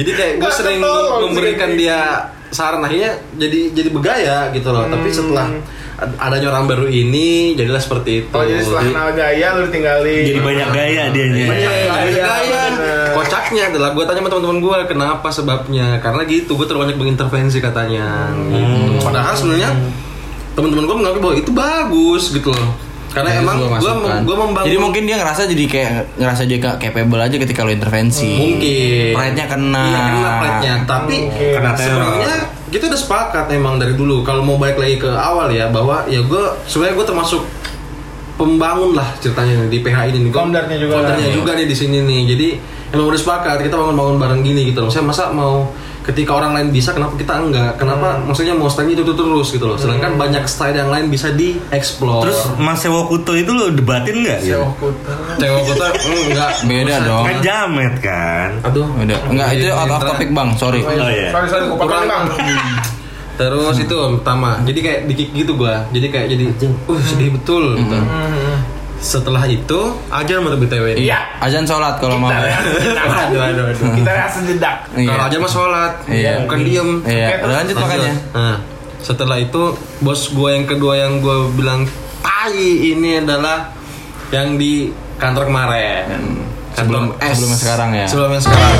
G: Jadi kayak gue
B: Nggak
G: sering
B: ketolong sih,
G: memberikan
B: kayak
G: dia saran akhirnya jadi jadi bergaya gitu loh.
B: Hmm.
G: Tapi setelah ad- adanya orang baru ini jadilah seperti itu.
B: Oh jadi setelah kenal gaya lu ditinggalin.
F: Jadi banyak gaya dia nih.
G: Iya, iya, iya, iya.
B: bener.
G: Kocaknya adalah gue tanya sama teman-teman gue kenapa sebabnya karena gitu gue terlalu banyak mengintervensi katanya. Gitu. Padahal sebenarnya teman-teman gue mengakui bahwa itu bagus gitu loh. Karena
C: Nah, itu
G: emang
C: gua
G: gue
C: masukkan.
G: gue membangun
A: kan. Jadi mungkin dia ngerasa jadi kayak ngerasa dia kayak capable aja ketika lo intervensi.
G: Hmm. mungkin
A: Pride-nya kena.
G: Iya, kena pride-nya. Tapi
F: Kena
G: Nah,
F: teror.
G: sebenarnya kita udah sepakat emang dari dulu kalau mau balik lagi ke awal ya bahwa ya gue sebenarnya gue termasuk pembangun lah ceritanya nih di PH ini nih. Gua-
B: Foundernya juga.
G: foundernya
B: Iya.
G: juga nih di sini nih jadi emang udah sepakat kita bangun-bangun bareng gini gitu loh saya masa mau ketika orang lain bisa kenapa kita enggak kenapa maksudnya mau style itu terus gitu loh sedangkan banyak style yang lain bisa di explore
F: Terus Mas Sewo Kuto itu lo debatin nggak?
B: Sewa kuta.
G: cewek kota enggak
A: Beda dong.
F: Kan jamet kan.
G: aduh
A: Udah, enggak itu
G: Iya,
A: out of topic, Bang. Sorry.
F: Oh iya.
B: Sorry sorry kupang
G: Kurang.
B: bang.
G: Terus
A: Hmm.
G: itu pertama, jadi kayak dikik gitu gua. Jadi kayak jadi uh sedih
A: Hmm.
G: betul gitu. Setelah itu ajar mau BTW.
B: Iya.
A: Azan sholat kalau mau.
F: ya.
G: Aduh aduh aduh.
B: Kita langsung jedak.
G: ya. Kalau ajar mah sholat,
A: Hmm. Iya.
G: bukan diem.
A: Iya, udah lanjut
G: Lanjut.
A: makanya.
G: Nah, setelah itu bos gua yang kedua yang gua bilang tai ini adalah yang di kantor kemarin.
A: Hmm. Sebelum-
G: Kantor S.
A: sebelum yang sekarang ya?
G: Sebelum yang sekarang.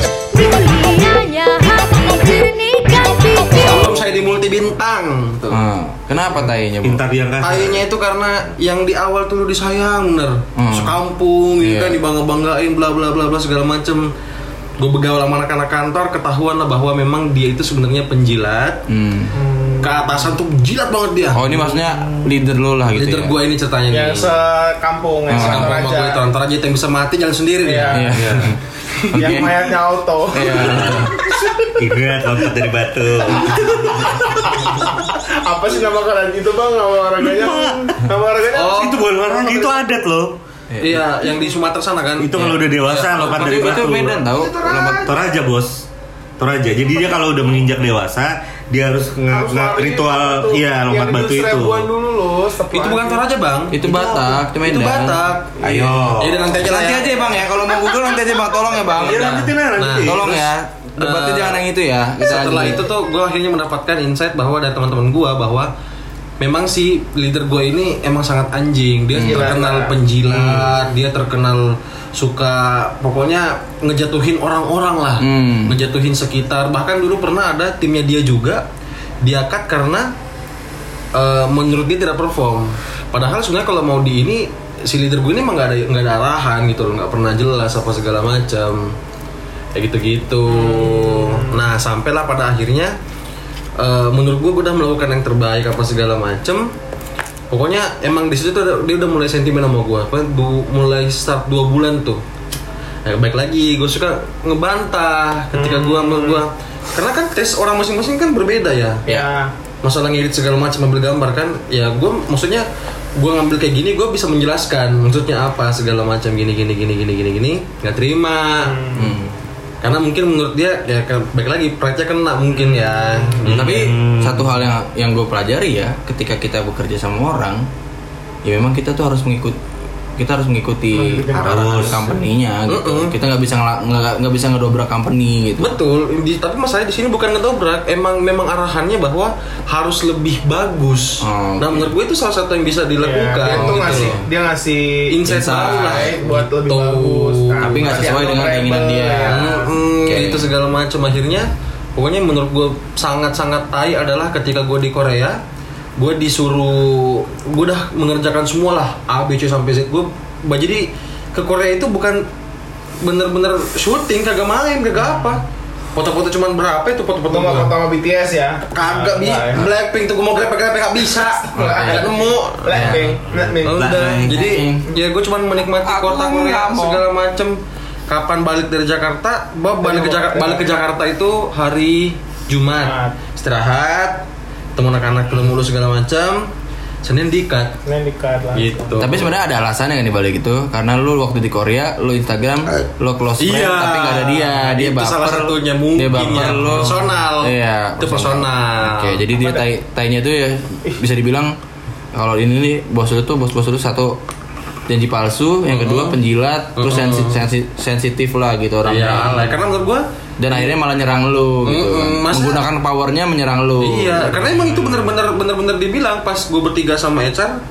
H: Pilihannya hati senikan pipi
G: Sebelum saya di gitu. multi bintang. Tuh.
A: Hmm. Kenapa tainya, Bu?
F: Intar yang kasar.
G: Tainya itu karena yang di awal tuh lu disayang bener
A: Hmm.
G: Sekampung gitu
A: Iya.
G: kan dibangga-banggain bla bla bla bla segala macem Gue begaul sama anak-anak kantor ketahuan lah bahwa memang dia itu sebenarnya penjilat
A: Hmm.
G: Ke atasan tuh jilat banget dia
A: Oh, ini maksudnya leader lo lah gitu.
G: Leader
A: ya?
G: gue ini ceritanya
F: Iya.
B: Yang
G: nih
B: sekampung yang
A: Oh.
G: Sekampung
B: sekantor
G: sama
B: aja.
G: gue itu antar aja yang bisa mati jalan sendiri
B: Iya.
G: dia
A: Iya.
B: Yang
F: Iya.
A: Oke.
B: mayatnya auto.
F: Ingat lompat dari batu.
B: Apa sih nama kalian itu bang? Nama olahraganya? Nama olahraganya? apa
G: Iya. Oh
B: sih?
F: itu bukan olahraga, itu adat loh.
G: iya yang di Sumatera sana kan
F: Itu kalau udah dewasa
A: Iya.
F: lompat
A: Tapi
F: dari
A: itu
F: batu.
A: Medan tahu. Lompat
F: Toraja bos. Toraja. Jadi dia kalau udah menginjak dewasa, dia harus, nge-
B: Harus
F: nge-
B: lari
F: ritual
B: batu.
F: iya
B: Yang
F: lompat batu itu.
B: seribuan dulu loh.
G: Itu bukan Toraja bang
A: Itu Batak,
G: apa?
A: cuma
G: Itu
A: Medan.
G: Batak
F: Ayo.
G: Ya udah nanti aja lah
A: Nanti
G: ya
A: aja ya, Bang ya, kalau mau Google nanti aja Bang, tolong ya Bang.
F: Iya lanjutin lah lanjutin.
A: Tolong ya. Debatnya
G: Eh,
A: jangan yang itu ya. Kita
G: setelah
A: lanjutin.
G: itu tuh gue akhirnya mendapatkan insight bahwa dari teman-teman gue bahwa memang si leader gue ini emang sangat anjing dia terkenal penjilat dia terkenal suka pokoknya ngejatuhin orang-orang lah
A: Hmm.
G: ngejatuhin sekitar bahkan dulu pernah ada timnya dia juga dia cut karena eh, menurut dia tidak perform padahal sebenarnya kalau mau di ini si leader gue ini emang nggak ada nggak ada arahan gitu loh nggak pernah jelas apa segala macam kayak gitu-gitu. Nah, sampailah pada akhirnya eh, menurut gue gue udah melakukan yang terbaik apa segala macem. Pokoknya emang di situ tuh ada- dia udah mulai sentimen sama gue. mulai start dua bulan tuh. Nah, baik lagi, gue suka ngebantah ketika gue sama gue. Karena kan tes orang masing-masing kan berbeda ya
B: Ya.
G: masalah ngedit segala macam ambil gambar kan ya gue maksudnya gue ngambil kayak gini gue bisa menjelaskan maksudnya apa segala macam gini gini gini gini gini gini nggak terima
B: Hmm.
A: Hmm.
G: karena mungkin menurut dia ya ke- baik lagi pride-nya kena mungkin ya
A: Tapi satu hal yang yang gue pelajari ya, ketika kita bekerja sama orang, ya memang kita tuh harus mengikut kita harus mengikuti arahan company-nya gitu. Kita nggak bisa ngela- nggak nggak bisa ngedobrak company gitu.
G: betul di- tapi masalahnya di sini bukan ngedobrak emang memang arahannya bahwa harus lebih bagus
A: Oh,
G: nah
A: oke.
G: menurut gue itu salah satu yang bisa
B: Iya,
G: dilakukan
B: dia tuh
G: gitu
B: ngasih
G: loh.
B: dia ngasih
G: Insight baru lah.
B: buat lebih
G: Gitu.
B: bagus. Nah,
A: Tapi nggak
B: berarti
A: sesuai
B: atau
A: dengan
B: rebel,
A: keinginan dia.
B: ya.
G: Mm,
A: Oke.
G: itu segala macam akhirnya pokoknya menurut gue sangat-sangat tai adalah ketika gue di Korea gue disuruh gue udah mengerjakan semua lah A B C sampai Z gue bah, jadi ke Korea itu bukan bener-bener syuting kagak main kagak apa foto-foto cuman berapa itu
B: Foto
G: foto-foto
B: sama
G: gua?
B: foto sama BTS ya.
G: kagak bi
B: Nggak ya.
G: Blackpink tuh gue mau grepek-grepek nggak bisa nggak nemu
A: Iya.
B: Blackpink, Blackpink.
G: Oh, udah.
A: Blackpink.
G: Jadi
A: Blackpink.
G: ya gue cuman menikmati kota Korea segala macem. Kapan balik dari Jakarta? Bah, balik ke Jakarta, balik ke Jakarta itu hari
B: Jumat.
G: Jumat. Istirahat, temu anak-anak ketemu lu segala macam. Senin dikat
B: Ini dekat lah.
G: gitu.
A: Tapi sebenarnya ada alasannya kan dibalik itu karena lu waktu di Korea lu Instagram lu close friend
G: Iya.
A: tapi nggak ada dia dia
G: Itu
A: baper
G: salah satunya mungkin
A: dia baper
G: ya.
A: lu
G: Personal.
A: iya
G: Itu personal.
A: oke jadi dia tai tainya itu ya bisa dibilang kalau ini nih bos lu tuh bos bos lu satu janji palsu yang kedua penjilat terus sensi- sensi- sensitif lah gitu orang
G: Iya, lah. karena menurut gue
A: dan akhirnya malah nyerang lu gitu kan.
G: Mm-mm, masa-
A: menggunakan powernya menyerang lu
G: Iya, karena emang itu bener-bener bener-bener dibilang pas gue bertiga sama Ecar,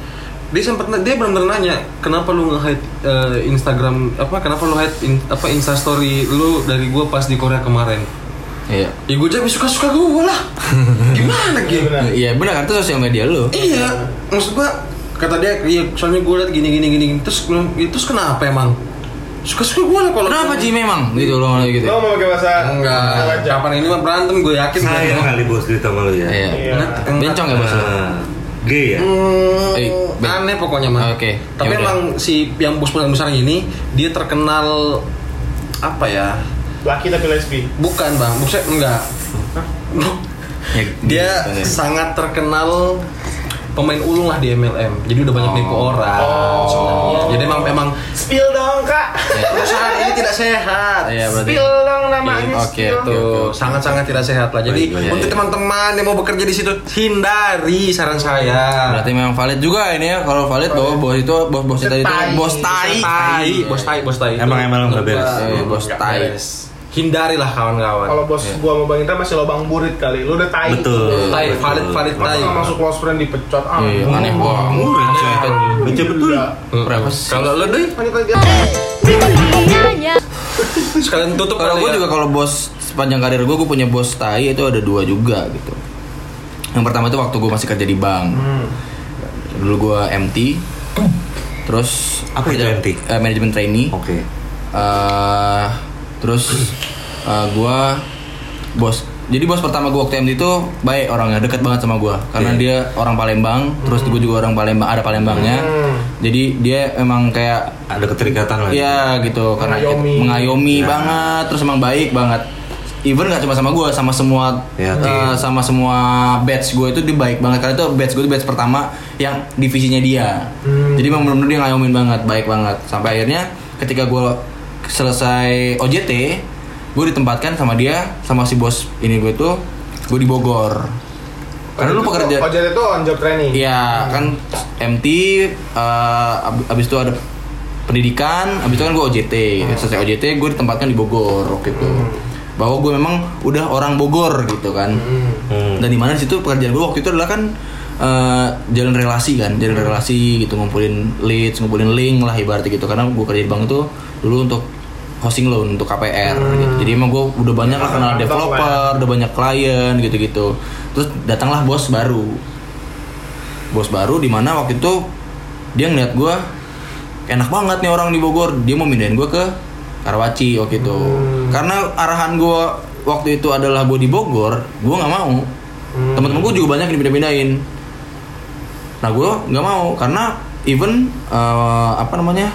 G: dia sempat dia bener-bener nanya kenapa lu nge-hide eh, Instagram apa kenapa lu hide in- apa Insta story lu dari gue pas di Korea kemarin.
A: iya
G: Ya gue jadi suka-suka gue lah. Gimana gitu?
A: iya benar kan itu sosial media lu
G: Iya, maksud gua kata dia, iya, soalnya gue liat gini gini gini gini. terus gua- ya, terus kenapa emang? Suka suka gue lah kalau
A: kenapa Ji memang gitu lo gitu
B: Lo mau pakai bahasa
G: Enggak,
B: wajah.
G: kapan ini mah berantem gue yakin.
F: Sayang kali bos cerita sama lu ya.
A: iya
B: Iya.
A: bencong ya bos lu
F: Eh, gay ya?
G: Hmm,
A: Eh, baik.
G: aneh pokoknya mah.
A: Oke,
G: Tapi
A: ya udah.
G: emang si yang bos yang besar ini dia terkenal apa ya?
B: Laki tapi lesbi.
G: Bukan bang, maksudnya enggak.
A: Ya,
G: Dia
A: gitu.
G: sangat terkenal pemain ulung lah di MLM. Jadi udah
A: Oh.
G: banyak nipu orang. sebenarnya. Jadi emang emang
B: Spill dong kak.
G: perusahaan ini tidak sehat.
A: Iya, berarti Iya,
B: Spill dong namanya.
A: Oke,
B: spill.
A: tuh.
G: Tuh, sangat-sangat tidak sehat lah.
A: Baik,
G: Jadi
A: baik.
G: untuk teman-teman yang mau bekerja di situ hindari saran saya.
A: berarti memang valid juga ini ya kalau valid bahwa bos itu bos bos tadi itu bos tai
G: tai, bos tai, bos tai.
F: Emang- emang nggak beres.
A: Iya, bos
G: Nggak
A: tai.
G: beres. Hindarilah kawan-kawan.
B: Kalau bos
A: Iya.
B: gua mau bang Intan masih lubang burit kali. Lu udah tai.
F: Betul.
G: tai,
F: betul.
G: valid, valid tai.
B: Masa masuk close friend dipecat ah.
A: Iya, aneh banget
F: Receh. Receh betul.
A: berapa sih
G: Kalau lo deh,
H: dunianya
G: sekalian tutup
A: Kalau
G: kali
A: gue
G: ya.
A: juga kalau bos sepanjang karir gue, gue punya bos tai itu ada dua juga gitu. Yang pertama itu waktu gue masih kerja di bank. Dulu gue MT. Terus
F: Apa
A: aku
F: itu
A: kerja-
F: MT?
A: eh, manajemen trainee.
F: Oke.
A: Eh, terus eh, gue bos. Jadi bos pertama gue waktu MT itu baik orangnya, dekat banget sama gue. Karena dia orang Palembang, terus gue juga orang Palembang, ada Palembangnya. Jadi dia emang kayak
F: Ada keterikatan lagi.
A: Iya gitu karena kita-
B: Mengayomi. Iya.
A: mengayomi banget terus emang baik banget. Even nggak cuma sama gue sama semua
B: Iya,
A: eh,
F: Ya.
A: sama semua batch gue itu dia baik banget karena itu batch gue itu batch pertama yang divisinya dia.
B: Hmm.
A: Jadi memang benar-benar dia ngayomin banget, baik banget. Sampai akhirnya ketika gue selesai OJT, gue ditempatkan sama dia sama si bos ini gue tuh gue di Bogor. Karena lu pekerja
B: Ojek itu on job training.
A: Iya kan MT eh, ab- abis itu ada pendidikan, abis itu kan gue OJT. Selesai OJT gue ditempatkan di Bogor waktu itu. Bahwa gue memang udah orang Bogor gitu kan.
F: Hmm.
A: Dan di mana di situ pekerjaan gue waktu itu adalah kan eh, jalan relasi kan, jalan relasi gitu ngumpulin leads, ngumpulin link lah ibaratnya gitu. Karena gue kerja di bank itu dulu untuk hosting loan untuk KPR gitu. Jadi emang gue udah banyak lah kenal
B: Mantap,
A: developer, udah banyak klien gitu-gitu. Terus datanglah bos baru bos baru di mana waktu itu dia ngeliat gue enak banget nih orang di Bogor dia mau mindahin gue ke Karawaci waktu itu karena arahan gue waktu itu adalah gue di Bogor gue nggak mau teman-teman gue juga banyak yang dipindah-pindahin nah gue nggak mau karena even eh, apa namanya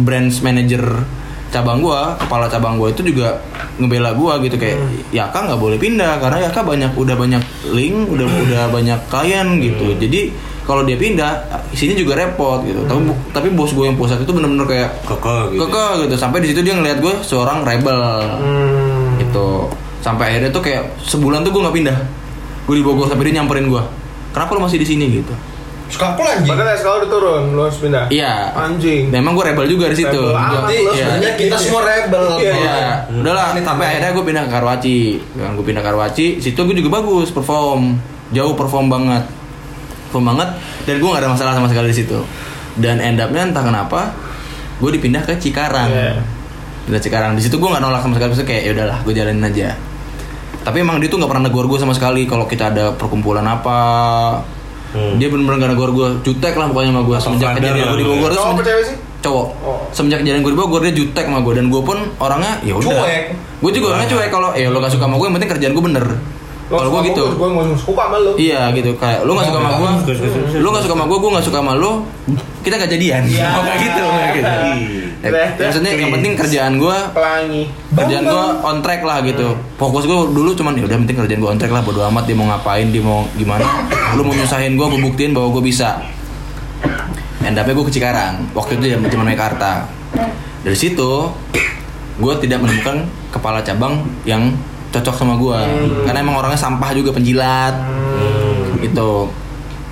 A: brands manager cabang gue kepala cabang gue itu juga ngebela gue gitu kayak ya Yaka nggak boleh pindah karena Yaka banyak udah banyak link udah udah banyak klien gitu jadi kalau dia pindah sini juga repot gitu tapi bu- tapi bos gue yang pusat itu bener-bener kayak
F: Kekeh gitu.
A: kekeh gitu sampai di situ dia ngeliat gue seorang rebel
B: Hmm.
A: gitu sampai akhirnya tuh kayak sebulan tuh gue nggak pindah gue di Bogor sampai dia nyamperin gue kenapa lu masih di sini gitu
G: suka aku lagi.
B: Padahal sekolah udah turun, lu harus pindah.
A: Iya.
B: Anjing.
A: Memang gue rebel juga di situ.
B: Rebel amat
A: Gua-
G: Berarti
B: lu
A: Iya.
G: sebenarnya Ya, kita semua rebel.
B: Iya.
A: Iya. Udahlah. Sampai akhirnya gue pindah ke Karawaci. gue pindah ke Karawaci, situ gue juga bagus perform, jauh perform banget, perform banget. Dan gue nggak ada masalah sama sekali di situ. Dan end up-nya entah kenapa, gue dipindah ke Cikarang.
B: Iya.
A: Pindah Cikarang. Di situ gue nggak nolak sama sekali. Maksudnya kayak ya udahlah, gue jalanin aja. Tapi emang dia tuh nggak pernah negor gue sama sekali kalau kita ada perkumpulan apa.
B: Hmm.
A: Dia bener-bener gak negor gue, jutek lah pokoknya sama gue semenjak
F: Standar
A: kejadian gue
F: lah
A: di
F: lu ya.
A: Bogor. tuh
B: Cowok apa
A: semenjak-
B: cewek sih?
A: cowok
B: Oh.
A: semenjak kejadian gue di Bogor dia jutek sama gue dan gue pun orangnya ya udah
G: Cuek.
A: gue juga orangnya cuek kalau ya lo gak suka sama gue yang penting kerjaan gue bener
B: Lu
A: kalau gue
B: suka
A: gitu
B: Gue mau suka sama lu.
A: iya gitu kayak lo gak suka sama gue lo gak suka sama gue gue gak suka sama lo kita gak jadian
B: Iya.
A: Oh, kayak gitu kayak gitu Ya, maksudnya yang penting kerjaan gue
B: Pelangi.
A: kerjaan
B: Oh,
A: gue on track lah gitu fokus gue dulu cuman ya udah penting kerjaan gue on track lah bodo amat dia mau ngapain dia mau gimana lu mau nyusahin gue gue buktiin bahwa gue bisa end up-nya gue ke Cikarang waktu itu jam cuma Mekarta dari situ gue tidak menemukan kepala cabang yang cocok sama gue karena emang orangnya sampah juga penjilat gitu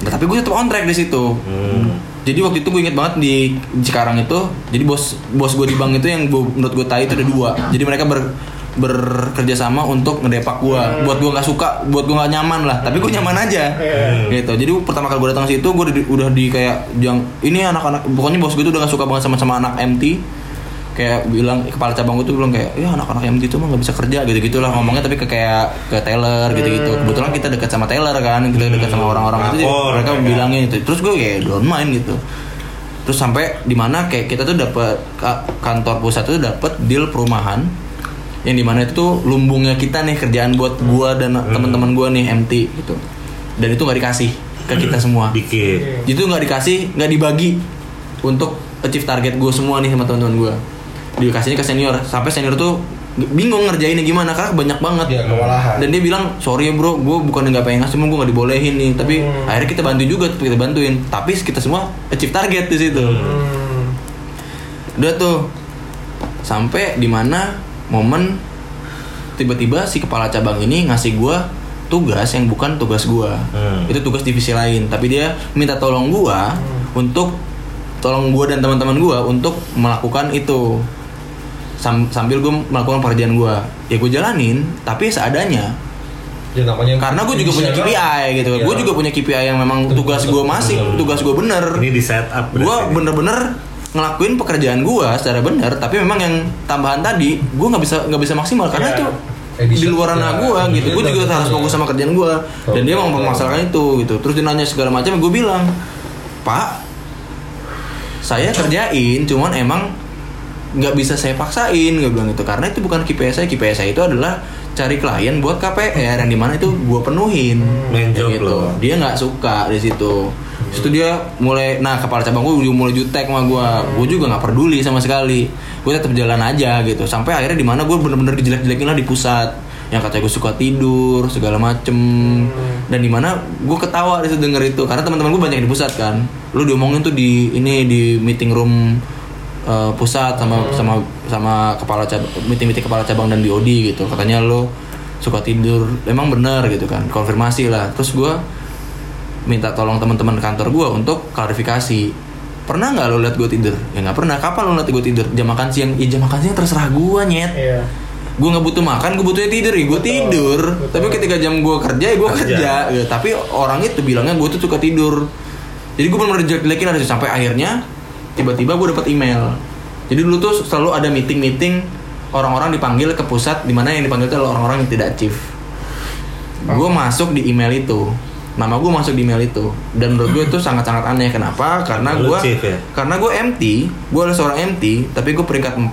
A: Nah, tapi gue tetap on track di situ
F: Hmm,
A: jadi waktu itu gue inget banget di di Cikarang itu, jadi bos bos gue di bank itu yang gua- menurut gue tai itu ada dua. Jadi mereka ber, bekerja sama untuk ngedepak gua. Buat gua nggak suka, buat gua nggak nyaman lah. Tapi gua nyaman aja.
B: Iya.
A: Gitu. Jadi pertama kali gua datang ke situ gua di- udah di kayak yang ini anak-anak pokoknya bos gua tuh udah gak suka banget sama-sama anak MT kayak bilang kepala cabang gue tuh bilang kayak ya anak-anak MT tuh mah nggak bisa kerja gitu gitulah ngomongnya tapi ke kayak ke Taylor gitu gitu kebetulan kita dekat sama Taylor kan kita dekat sama orang-orang itu jadi
F: Lapor,
A: mereka
F: mereka.
A: bilangnya itu terus gue kayak don't mind gitu terus sampai di mana kayak kita tuh dapat ka- kantor pusat tuh dapat deal perumahan yang dimana itu tuh lumbungnya kita nih kerjaan buat gua dan teman-teman gua nih MT gitu dan itu nggak dikasih ke kita semua
F: dikit
A: itu nggak dikasih nggak dibagi untuk achieve target gue semua nih sama teman-teman gue dikasihnya ke senior sampai senior tuh bingung ngerjainnya gimana karena banyak banget
B: Iya, kewalahan.
A: dan dia bilang sorry ya bro gue bukan nggak pengen ngasih gue nggak dibolehin nih tapi
B: Hmm.
A: akhirnya kita bantu juga kita bantuin tapi kita semua achieve target di situ
B: Hmm.
A: udah tuh sampai di mana momen tiba-tiba si kepala cabang ini ngasih gua tugas yang bukan tugas gua
F: Hmm.
A: itu tugas divisi lain tapi dia minta tolong gua untuk tolong gua dan teman-teman gua untuk melakukan itu Sam- sambil gua melakukan pekerjaan gua ya gua jalanin tapi seadanya
G: Ya namanya
A: karena gua juga punya KPI gitu
G: Iya.
A: gua juga punya KPI yang memang tugas gua masih tugas gua bener
F: ini di setup
A: gue bener-bener ngelakuin pekerjaan gue secara bener tapi memang yang tambahan tadi gue nggak bisa nggak bisa maksimal
F: Iya.
A: karena itu di
G: Edition,
A: luar
G: ya.
A: ranah gue gitu gue juga
G: Edition,
A: harus
G: ya.
A: fokus sama kerjaan gue dan dia mau mempermasalahkan itu gitu terus dia nanya segala macam gue bilang pak saya kerjain cuman emang nggak bisa saya paksain gue bilang gitu karena itu bukan KPI saya KPI saya itu adalah cari klien buat KPR yang dimana itu gue penuhin
F: Main job
A: gitu
F: lo.
A: dia nggak suka di situ Di situ dia mulai nah kepala cabang gue juga mulai jutek sama gue gue juga nggak peduli sama sekali gue tetap jalan aja gitu sampai akhirnya di mana gue bener-bener dijelek-jelekin lah di pusat yang katanya gue suka tidur segala macem dan di mana gue ketawa di situ denger itu karena teman-teman gue banyak yang di pusat kan lu diomongin tuh di ini di meeting room eh, pusat sama sama sama kepala cabang meeting meeting kepala cabang dan BOD gitu katanya lo suka tidur emang bener gitu kan konfirmasi lah terus gue minta tolong teman-teman kantor gue untuk klarifikasi pernah nggak lo liat gue tidur ya nggak pernah kapan lo liat gue tidur jam makan siang ya jam makan siang terserah gue nyet
B: Iya.
A: gue nggak butuh makan gue butuhnya tidur ya gue tidur tapi ketika jam gue kerja ya gue kerja Ya, tapi orang itu bilangnya gue tuh suka tidur jadi gue benar-benar jelek-jelekin ada sampai akhirnya tiba-tiba gue dapat email jadi dulu tuh selalu ada meeting-meeting orang-orang dipanggil ke pusat dimana yang dipanggil itu adalah orang-orang yang tidak achieve
F: Oh.
A: gue masuk di email itu nama gue masuk di email itu dan menurut gue itu sangat-sangat aneh kenapa karena
F: Lu
A: gue
F: chief ya?
A: karena gue MT gue adalah seorang MT tapi gue peringkat 4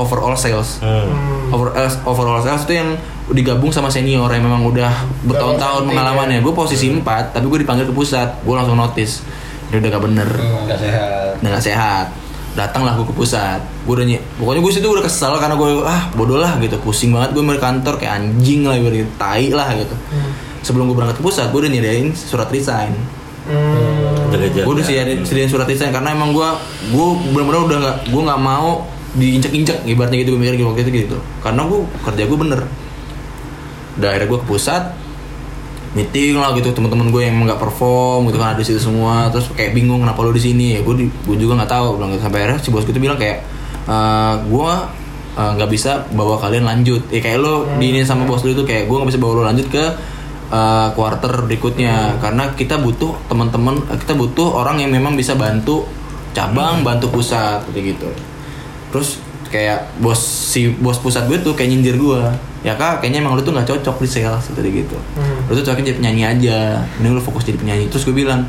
A: overall sales
F: Hmm,
A: overall eh, overall sales itu yang digabung sama senior yang memang udah bertahun-tahun pengalamannya gue posisi 4 tapi gue dipanggil ke pusat gue langsung notice ini udah gak bener
G: Hmm, Nggak sehat.
A: udah nggak sehat datanglah gue ke pusat gue udah nye- pokoknya gue situ udah kesel karena gue ah bodoh lah gitu pusing banget gue dari kantor kayak anjing lah ibaratnya tai lah gitu sebelum gue berangkat ke pusat gue udah nyediain surat resign
B: Hmm,
F: bener
A: gue udah
F: Hmm.
A: sediain, sediain surat resign karena emang gue gue bener-bener udah nggak gue nggak mau diinjek-injek ibaratnya gitu gue mikir gitu waktu itu gitu karena gue kerja gue bener udah akhirnya gue ke pusat meeting lah gitu teman-teman gue yang emang nggak perform gitu kan ada di situ semua terus kayak bingung kenapa lu di sini ya gue di- gue juga nggak tahu bilang gitu. sampai akhirnya si bos gue tuh bilang kayak "Eh, gue eh, nggak bisa bawa kalian lanjut ya kayak lo diinin sama bos lu itu kayak gue nggak bisa bawa lo lanjut ke eh, quarter berikutnya karena kita butuh teman-teman eh, kita butuh orang yang memang bisa bantu cabang bantu pusat seperti gitu terus kayak bos si bos pusat gue tuh kayak nyindir gue ya kak kayaknya emang lu tuh nggak cocok di sales seperti gitu
F: Hmm.
A: lu tuh cocoknya jadi penyanyi aja ini lu fokus jadi penyanyi terus gue bilang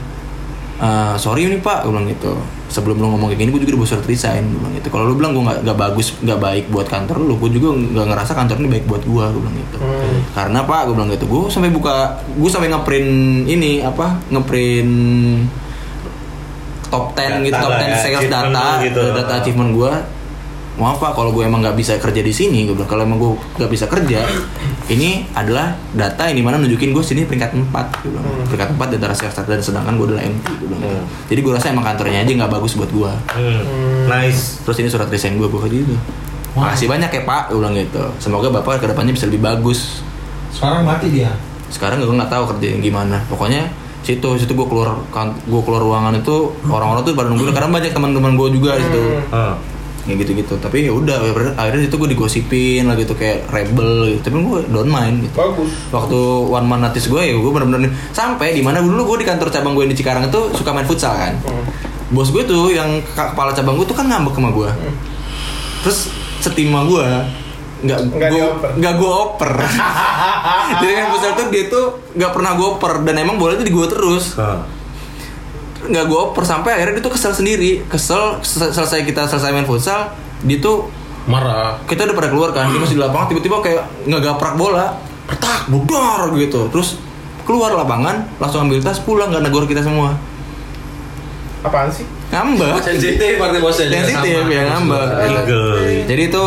A: "Eh, sorry nih pak gue bilang gitu sebelum lu ngomong kayak gini gue juga udah surat resign gue bilang gitu kalau lu bilang gue nggak nggak bagus nggak baik buat kantor lu gue juga nggak ngerasa kantor ini baik buat gue gue bilang gitu
F: Hmm.
A: karena pak gue bilang gitu gue sampai buka gue sampai ngeprint ini apa ngeprint top 10 gitu,
F: Data
A: top 10
F: lah ya,
A: sales
F: achievement
A: data,
F: lu gitu.
A: data achievement gue. Maaf pak, kalau gue emang nggak bisa kerja di sini, gue bilang kalau emang gue nggak bisa kerja, ini adalah data yang dimana nunjukin gue sini peringkat 4 gue bilang. peringkat 4 di antara sales data dan sedangkan gue adalah MT, gue bilang. Jadi gue rasa emang kantornya aja nggak bagus buat gue.
F: Hmm, nice
A: Terus ini surat resign gue gue gitu. Makasih banyak ya pak, gue bilang gitu. Semoga bapak kedepannya bisa lebih bagus
G: Sekarang mati dia.
A: sekarang gue nggak tahu kerjanya gimana pokoknya situ situ gue keluar kan gue keluar ruangan itu orang-orang tuh pada nungguin karena banyak teman-teman gue juga di situ
F: Ah,
A: kayak gitu-gitu tapi ya udah akhirnya- akhirnya itu gue digosipin lah gitu kayak rebel gitu tapi gue don't mind gitu
B: Bagus.
A: waktu one man notice gue ya gue bener-bener sampai di mana dulu gue di kantor cabang gue yang di Cikarang itu suka main futsal kan
B: Hmm.
A: bos gue tuh yang ka- kepala cabang gue tuh kan ngambek sama gue terus setima gue nggak
B: Nggak
A: gue
B: dioper.
A: nggak gue oper jadi main futsal tuh dia tuh nggak pernah gue oper dan emang bola itu di gue terus
F: Ah.
A: nggak gue oper sampai akhirnya dia tuh kesel sendiri kesel sel- selesai kita selesai main futsal dia tuh
G: marah
A: kita udah pada keluar kan dia masih di lapangan tiba-tiba kayak ngegaprak bola petak budar gitu terus keluar lapangan langsung ambil tas pulang nggak negor kita semua
B: Apaan sih?
G: Oh,
A: ngambek
G: sensitif berarti bosnya juga
A: sensitif
G: sama.
A: ya ngambek
F: Eagle.
A: jadi itu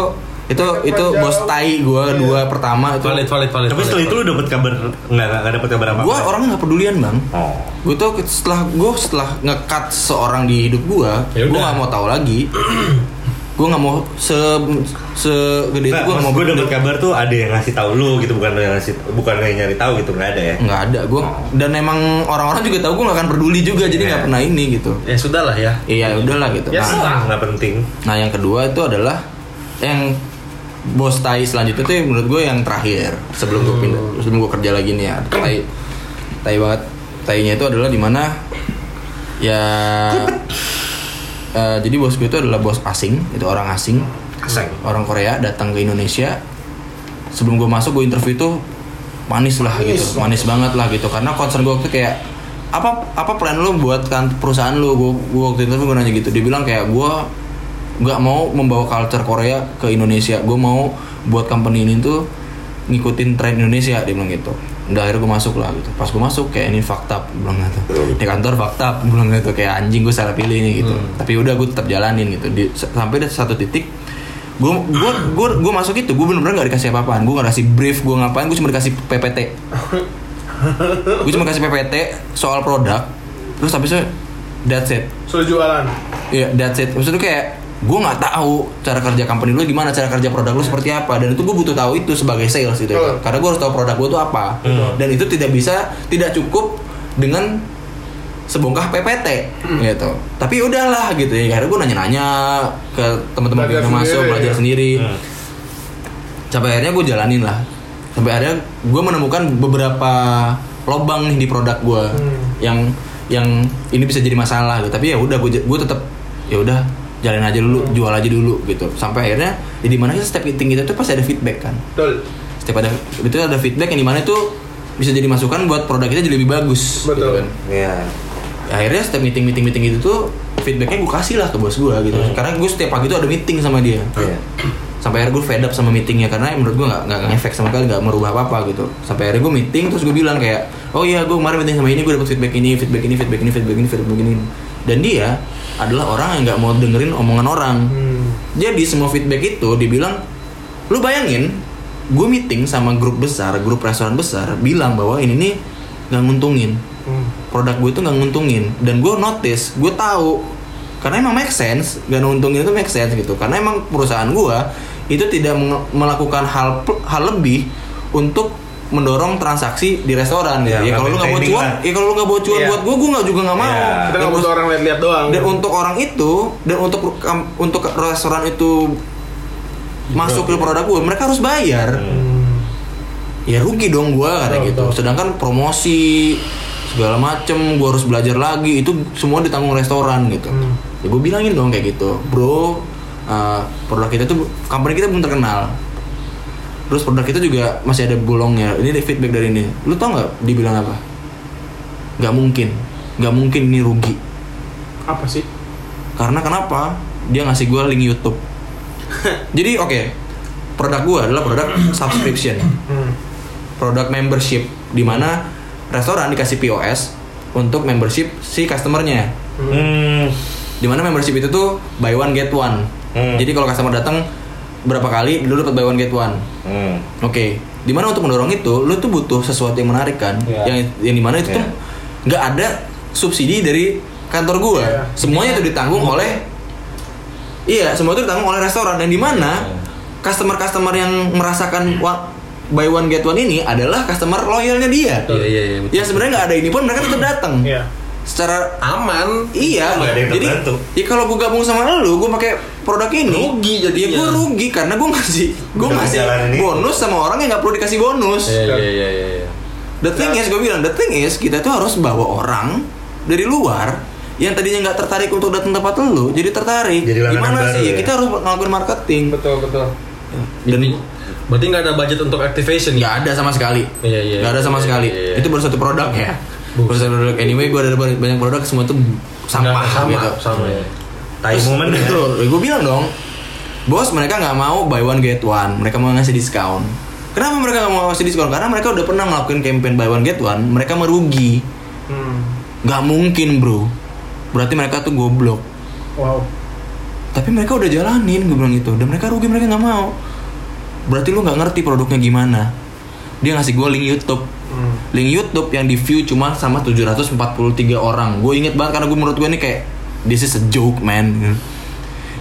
A: itu itu bos tai gue dua pertama itu
G: valid valid valid
F: Tapi
G: valid,
F: setelah itu lu dapet kabar nggak nggak nggak dapet kabar apa?
A: gue orangnya nggak pedulian bang
F: Oh.
A: gue tuh setelah gue setelah ngekat seorang di hidup gue
G: Ya
A: gue
G: udah.
A: nggak mau tahu lagi gue nggak mau se segede itu
F: Nah,
A: gue nggak mau
F: gue dapet
A: peduli.
F: kabar tuh ada yang ngasih tahu lu gitu, bukan lu yang ngasih, bukan lu yang nyari tahu gitu nggak ada ya?
A: nggak ada gue dan emang orang-orang juga tahu gue nggak akan peduli juga jadi nggak
F: Iya.
A: pernah ini gitu
G: ya sudah lah ya
A: iya udahlah gitu
B: Ya,
A: nah,
F: Ah, nggak penting.
A: nah yang kedua itu adalah yang bos tai selanjutnya itu yang menurut gue yang terakhir sebelum gue pindah sebelum gue kerja lagi nih ya tai tai banget tainya itu adalah dimana ya eh, jadi bos gue itu adalah bos asing itu orang asing
F: Asing.
A: orang Korea datang ke Indonesia sebelum gue masuk gue interview tuh manis lah gitu manis banget lah gitu karena concern gue waktu kayak apa apa plan lu buat kan perusahaan lu gue waktu interview gue nanya gitu dia bilang kayak gue nggak mau membawa culture Korea ke Indonesia gue mau buat company ini tuh ngikutin tren Indonesia dia bilang gitu udah akhirnya gue masuk lah gitu pas gue masuk kayak ini fakta bilang gitu di kantor fakta bilang gitu kayak anjing gue salah pilih ini gitu tapi udah gue tetap jalanin gitu Di- sampai di satu titik gue gue gue gue masuk itu gue bener-bener gak dikasih apa-apaan gue gak dikasih brief gue ngapain gue cuma dikasih ppt gue cuma kasih ppt soal produk terus habis itu that's it
B: Suruh jualan.
A: Iya, that's it. Maksudnya tuh kayak gue nggak tahu cara kerja company lu gimana, cara kerja produk lu seperti apa. Dan itu gue butuh tahu itu sebagai sales gitu. ya.
B: Betul.
A: Karena gue harus tahu produk gue tuh apa. Dan itu tidak bisa, tidak cukup dengan sebongkah PPT
B: Hmm.
A: gitu. Tapi udahlah gitu ya. Akhirnya gue nanya-nanya ke teman-teman gue
B: Belajar
A: yang masuk
B: sendiri,
A: belajar
B: ya.
A: sendiri.
F: Hmm.
A: Sampai akhirnya gue jalanin lah. Sampai akhirnya gue menemukan beberapa lobang nih di produk gue yang yang ini bisa jadi masalah gitu. Tapi ya udah gue gue tetap ya udah jalanin aja dulu, jual aja dulu gitu. Sampai akhirnya ya di mana kita step meeting kita tuh pasti ada feedback kan.
B: Betul.
A: Setiap ada itu ada feedback yang di mana itu bisa jadi masukan buat produk kita jadi lebih bagus. gitu
B: Betul.
A: kan
F: Iya.
A: akhirnya setiap meeting meeting meeting itu tuh feedbacknya gue kasih lah ke bos gue gitu karena gue setiap pagi tuh ada meeting sama dia
F: Iya.
A: sampai akhirnya gue fed up sama meetingnya karena menurut gue nggak nggak ngefek sama sekali nggak merubah apa apa gitu sampai akhirnya gue meeting terus gue bilang kayak oh iya gue kemarin meeting sama ini gue dapet feedback ini feedback ini feedback ini feedback ini feedback ini dan dia adalah orang yang nggak mau dengerin omongan orang
B: Hmm,
A: jadi semua feedback itu dibilang lu bayangin gue meeting sama grup besar grup restoran besar bilang bahwa ini nih nggak nguntungin
B: hmm.
A: produk gue itu nggak nguntungin dan gue notice gue tahu karena emang make sense gak nguntungin itu make sense gitu karena emang perusahaan gue itu tidak meng- melakukan hal pl- hal lebih untuk mendorong transaksi di restoran gitu.
F: Ya,
A: ya
F: nggak
A: kalau lu nggak mau
F: maintaining
A: cuan
F: lah.
A: ya kalau lu nggak mau cuan
B: Iya.
A: buat gue gue nggak juga nggak mau
F: Iya.
B: Kita
A: Dan
B: nggak butuh
A: perusahaan-
B: orang lihat-lihat doang.
A: dan untuk orang itu dan untuk kam- untuk restoran itu masuk ke produk gue mereka harus bayar
F: Hmm.
A: ya rugi dong gue kayak gitu sedangkan promosi segala macem gue harus belajar lagi itu semua ditanggung restoran gitu ya gue bilangin dong kayak gitu bro uh, produk kita tuh company kita belum terkenal terus produk kita juga masih ada bolongnya ini deh feedback dari ini lu tau nggak dibilang apa nggak mungkin nggak mungkin ini rugi
B: apa sih?
A: karena kenapa? Dia ngasih gue link YouTube. Jadi oke, produk gue adalah produk subscription, Hmm.
B: Hmm,
A: produk membership, di mana restoran dikasih POS untuk membership si customernya.
F: Hmm.
A: Di mana membership itu tuh buy one get one.
F: Hmm.
A: Jadi kalau customer datang berapa kali, lu dapat buy one get one.
F: Hmm.
A: Oke, di dimana untuk mendorong itu, lu tuh butuh sesuatu yang menarik kan?
G: Iya.
A: Yang yang dimana itu tuh nggak ada subsidi dari kantor gua.
G: Iya.
A: Semuanya itu ditanggung oleh, iya, semua itu ditanggung oleh restoran. Yang dimana
G: Iya.
A: customer-customer yang merasakan wa- buy one get one ini adalah customer loyalnya dia.
G: iya iya iya betul.
A: Ya sebenarnya nggak ada ini pun mereka tetap datang.
B: Iya.
A: secara
G: aman
A: Iya,
F: Nggak ada yang
A: jadi
F: terbantu.
A: ya kalau gue gabung sama lu, gue pakai produk ini
G: Rugi jadinya.
A: Ya gue rugi karena gue ngasih gue
F: Udah
A: ngasih
F: jalan ini.
A: bonus sama orang yang nggak perlu dikasih bonus.
G: iya iya iya iya
A: The thing is, gue bilang the thing is kita tuh harus bawa orang dari luar yang tadinya nggak tertarik untuk datang tempat lu jadi tertarik.
F: Jadi langganan
A: Gimana
F: baru
A: sih?
F: ya?
A: Kita harus ngelakuin marketing.
B: betul betul
A: Dan
G: berarti nggak ada budget untuk activation
A: nggak ada sama sekali.
G: Iya, iya,
A: Nggak ada sama
G: iya,
A: sekali.
G: iya, iya.
A: Itu baru satu produk ya. Baru satu produk. Anyway, gue ada banyak produk semua tuh sampah
G: sama
A: gitu.
G: sama ya
F: Tai moment ya.
A: Betul, gue bilang dong Bos mereka nggak mau buy one get one Mereka mau ngasih diskon Kenapa mereka nggak mau ngasih diskon? Karena mereka udah pernah ngelakuin campaign buy one get one Mereka merugi
B: hmm.
A: Gak mungkin bro Berarti mereka tuh goblok
B: wow
A: Tapi mereka udah jalanin gue bilang gitu Dan mereka rugi mereka nggak mau Berarti lu nggak ngerti produknya gimana Dia ngasih gue link Youtube
B: hmm.
A: Link Youtube yang di view cuma sama 743 orang Gue inget banget karena gue menurut gue ini kayak This is a joke man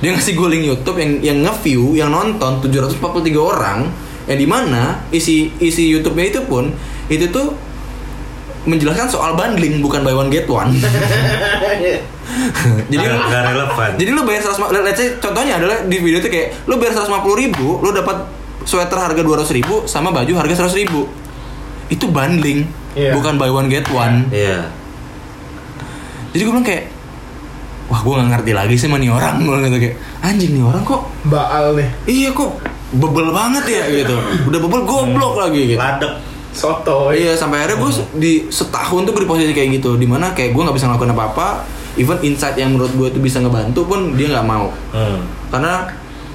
A: Dia ngasih gue link Youtube yang yang nge-view Yang nonton 743 orang Yang dimana isi isi Youtube-nya itu pun Itu tuh menjelaskan soal bundling bukan buy one get one
G: Iya.
A: jadi
F: Nggak- nggak relevan.
A: jadi lu bayar 100 let's say contohnya adalah di video itu kayak lu bayar 150 ribu, lu dapat sweater harga 200 ribu sama baju harga 100 ribu. Itu bundling,
B: Iya.
A: bukan buy one get one.
F: Iya.
A: Jadi gue bilang kayak wah gue gak ngerti lagi sih sama nih orang gue gitu kayak anjing nih orang kok
B: baal nih
A: iya kok bebel banget ya gitu udah bebel goblok lagi gitu
F: Ladek.
B: soto
A: iya sampai akhirnya gue di setahun tuh gue di posisi kayak gitu dimana kayak gue nggak bisa ngelakuin apa-apa even insight yang menurut gue tuh bisa ngebantu pun dia nggak mau
F: Hmm.
A: karena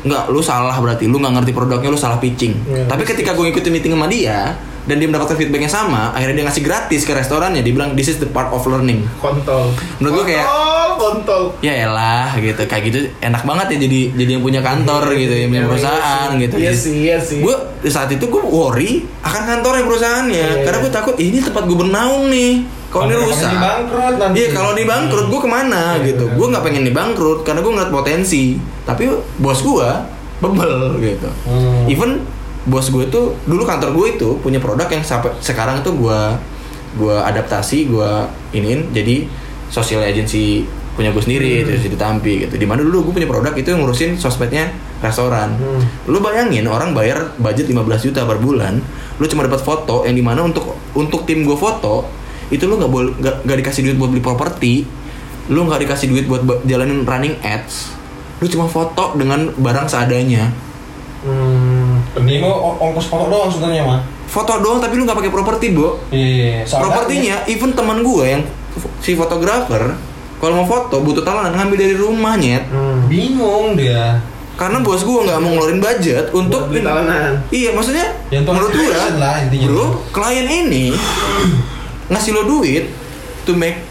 A: nggak lu salah berarti lu nggak ngerti produknya lu salah pitching
B: Iya,
A: tapi ketika gue ngikutin meeting sama dia dan dia mendapatkan feedback yang sama akhirnya dia ngasih gratis ke restorannya dia bilang this is the part of learning
B: kontol
A: Menurut gua kayak-
B: kontol kontol
A: ya elah gitu kayak gitu enak banget ya jadi jadi yang punya kantor gitu yang punya
B: Iya,
A: perusahaan
B: iya sih.
A: gitu
B: Iya sih, iya sih.
A: gue di saat itu gue worry akan kantornya perusahaannya
B: Iya,
A: karena
B: iya.
A: gue takut "Ih, ini tempat gue bernaung nih kalau ini
B: Kalau Iya,
A: rusak
B: ini bangkrut nanti.
A: iya kalau ini bangkrut gue kemana gitu gue nggak pengen ini bangkrut karena gue ngeliat potensi tapi bos gue bebel gitu
B: Hmm.
A: even bos gue tuh dulu kantor gue itu punya produk yang sampai sekarang tuh gue gue adaptasi gue iniin jadi social agency punya gue sendiri terus itu Tampi gitu dimana dulu gue punya produk itu yang ngurusin sosmednya restoran lu bayangin orang bayar budget 15 juta per bulan lu cuma dapat foto yang dimana untuk untuk tim gue foto itu lu nggak boleh nggak nggak dikasih duit buat beli properti lu nggak dikasih duit buat ba- jalanin running ads lu cuma foto dengan barang seadanya
B: Hmm,
G: ini mau ongkos foto doang sebenarnya mah
A: foto doang tapi lu nggak pakai properti bo
G: iya
A: propertinya even teman gue yang f- si fotografer kalau mau foto butuh tawaran ngambil dari rumahnya
B: hmm.
G: bingung dia
A: karena bos gue nggak mau ngeluarin budget untuk
B: beli talenan.
A: iya maksudnya
G: Ya, untuk
A: menurut gue
G: action lah intinya.
A: bro klien ini ngasih lo duit to make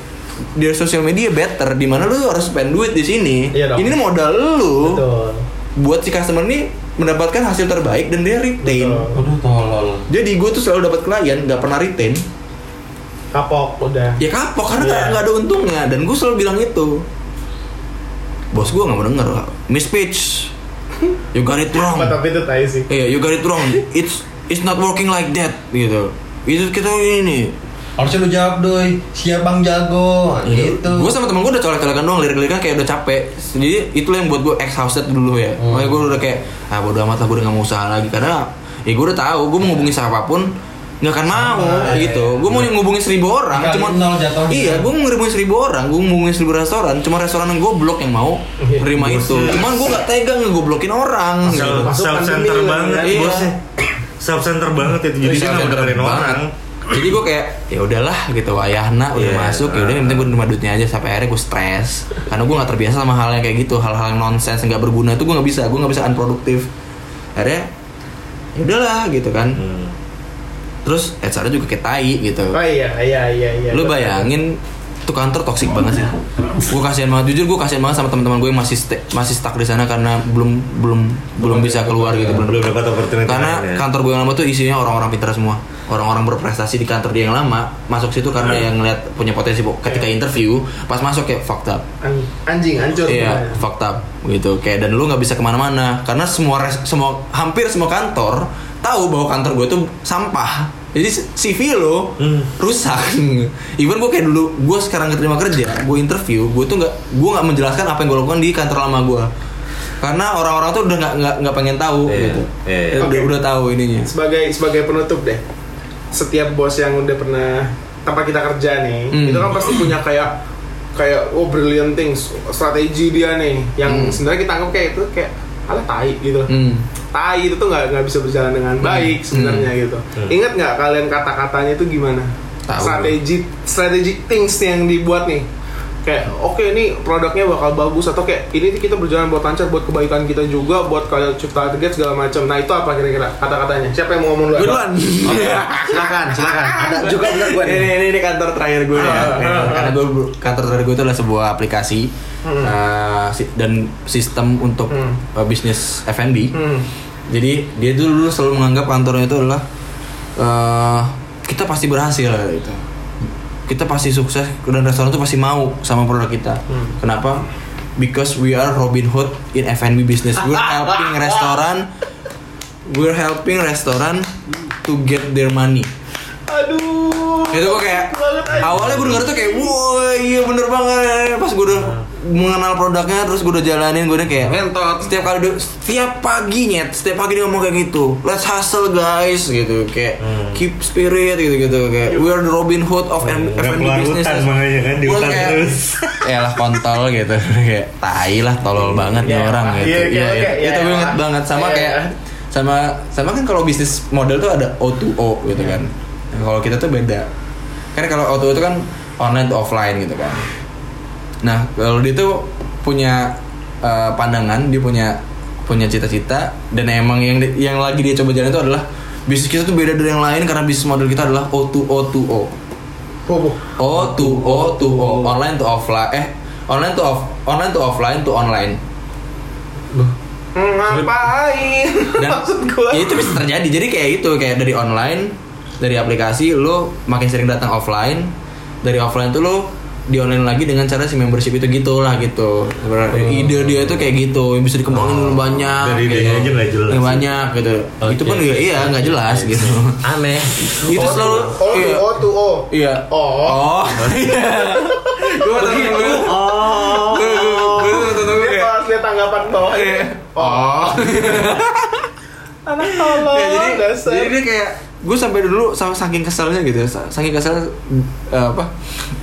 A: their social media better dimana lu harus spend duit di sini
B: Iya dong.
A: ini modal lu
B: betul
A: buat si customer ini mendapatkan hasil terbaik dan dia retain
B: Betul.
G: aduh tolol
A: jadi gue tuh selalu dapat klien nggak pernah retain
B: kapok udah
A: ya kapok karena nggak
B: Iya.
A: nggak ada untungnya dan gue selalu bilang itu bos gue nggak mau denger miss pitch you got it wrong
B: Apa tapi itu tai sih
A: iya you got it wrong it's it's not working like that gitu itu kita ini
G: harusnya lu jawab doi siap bang jago gitu
A: gue Iya. sama temen gue udah colek-colekan doang lirik-liriknya kayak udah capek jadi itu yang buat gue exhausted dulu ya
G: Hmm.
A: makanya gue udah kayak ah bodo amat lah gue udah gak mau usaha lagi karena ya gue udah tahu gue mau ngubungi siapapun nggak akan mau gitu gue mau ngubungin seribu orang
G: Dikali
A: cuma
G: iya, nol jatuhnya.
A: iya gue mau ngubungin seribu orang gue mau ngubungin seribu restoran cuma restoran yang goblok yang mau
G: Iya.
A: nerima itu cuman gue nggak tega ngegoblokin orang gitu.
F: Self,
B: Masuk
F: self
B: pandemi
F: center
B: lagi
F: banget
A: kan? Iya.
F: bosnya. Self center banget itu jadi kan dia nggak dengerin orang.
A: jadi gue kayak ya udahlah gitu ayahna udah
F: Iya.
A: masuk ya udah yang penting gue nerima duitnya aja sampai akhirnya gue stres karena gue nggak terbiasa sama hal yang kayak gitu hal-hal yang nonsens nggak berguna itu gue nggak bisa gue nggak bisa unproduktif akhirnya ya udahlah gitu kan
F: Hmm.
A: terus HR juga kayak tai gitu
B: oh iya iya iya iya
A: lu bayangin tuh kantor toksik banget sih gue kasihan banget jujur gue kasihan banget sama teman-teman gue yang masih sta- masih stuck di sana karena belum belum belum bisa keluar gitu belum
F: Belum dapat opportunity.
A: karena kan-
F: lain ya.
A: kantor gue yang lama tuh isinya orang-orang pintar semua orang-orang berprestasi di kantor dia yang lama masuk situ karena yang ngeliat punya potensi Bu. ketika interview pas masuk kayak fucked up
B: An- anjing hancur
A: iya fucked up gitu kayak dan lu nggak bisa kemana-mana karena semua res- semua hampir semua kantor tahu bahwa kantor gue tuh sampah Jadi CV lo rusak. Even gue kayak dulu, gue sekarang keterima kerja, gue interview, gue tuh nggak, gue nggak menjelaskan apa yang gue lakukan di kantor lama gue. Karena orang-orang tuh udah nggak nggak nggak pengen tahu
F: Iya,
A: gitu.
F: iya, iya.
A: Ya, Udah,
B: Oke.
A: udah tahu ininya.
B: sebagai sebagai penutup deh setiap bos yang udah pernah tempat kita kerja nih
A: Hmm.
B: itu kan pasti punya kayak kayak oh brilliant things strategi dia nih yang sebenarnya kita anggap kayak itu kayak ala tai gitu
A: Hmm.
B: tai itu tuh nggak nggak bisa berjalan dengan baik sebenarnya gitu ingat nggak kalian kata katanya itu gimana
A: Hmm. Tahu.
B: strategi strategic things yang dibuat nih kayak oke ini produknya bakal bagus atau kayak ini kita berjalan buat lancar buat kebaikan kita juga buat kalian cipta target segala macam nah itu apa kira-kira kata-katanya siapa yang mau ngomong dulu
G: Gue duluan. silakan, silakan. Ada juga bener gue nih.
A: Iya. Ini, ini, ini kantor terakhir gue ya. Karena gue kantor terakhir gue itu adalah sebuah aplikasi uh, si- dan sistem untuk
B: Hmm.
A: uh, bisnis F&B.
B: Hmm.
A: Jadi dia tuh dulu selalu menganggap kantornya itu adalah eh, kita pasti berhasil gitu. Kita pasti sukses dan restoran tuh pasti mau sama produk kita. Kenapa? Because we are Robin Hood in F&B business. We're helping restoran. We're helping restoran to get their money.
B: aduh
A: Itu gue kayak awalnya gue denger tuh kayak wah iya bener banget pas gue udah mengenal produknya terus gue udah jalanin gue udah kayak
G: Ngentot.
A: setiap kali dia- setiap pagi nyet setiap pagi dia ngomong kayak gitu let's hustle guys gitu kayak
F: Hmm.
A: keep spirit gitu gitu kayak we are the Robin Hood of M-
F: Nggak
A: F&B
F: keluar
A: business
F: hutan makanya kan, di
A: Gua
F: hutan
A: kayak,
F: terus.
A: ya lah kontol gitu kayak tai lah tolol
F: Hmm.
A: banget nih
B: Iya,
A: orang
B: iya,
A: gitu
B: iya,
A: Iya,
B: iya,
A: itu
B: iya,
A: gue
B: iya.
A: inget banget sama
B: Iya,
A: kayak
B: iya.
A: sama sama kan kalau bisnis model tuh ada O2O gitu
B: Iya.
A: kan. Nah, Kalau kita tuh beda. Karena kalau O2O itu kan online to offline gitu kan. Nah, kalau dia tuh punya eh, pandangan, dia punya punya cita-cita dan emang yang di- yang lagi dia coba jalan itu adalah bisnis kita tuh beda dari yang lain karena bisnis model kita adalah O2O2O. O to O to O online to offline eh online to off online to offline to online
B: ngapain
A: dan
B: maksud gue
A: ya itu bisa terjadi jadi kayak itu kayak dari online dari aplikasi lo makin sering datang offline dari offline tuh lo di online lagi dengan cara si membership itu gitulah gitu sebenarnya ide dia itu kayak gitu yang bisa dikembangin banyak
F: Dari
A: gitu.
F: idenya aja nggak jelas.
A: Yang banyak gitu itu pun juga iya nggak jelas gitu
C: Aneh.
A: itu selalu
B: oh
A: iya.
B: oh tuh oh
A: Iya. Oh. Iya. Gue tadi gue. Oh. Gue tuh nonton gue
B: Dia
A: kayak.
B: pas lihat tanggapan bawah
A: Iya.
B: oh
A: Oh.
B: anak tolong
A: Ya, jadi
B: dasar
A: jadi dia kayak gue sampai dulu sama saking keselnya gitu ya, sa- saking keselnya eh, apa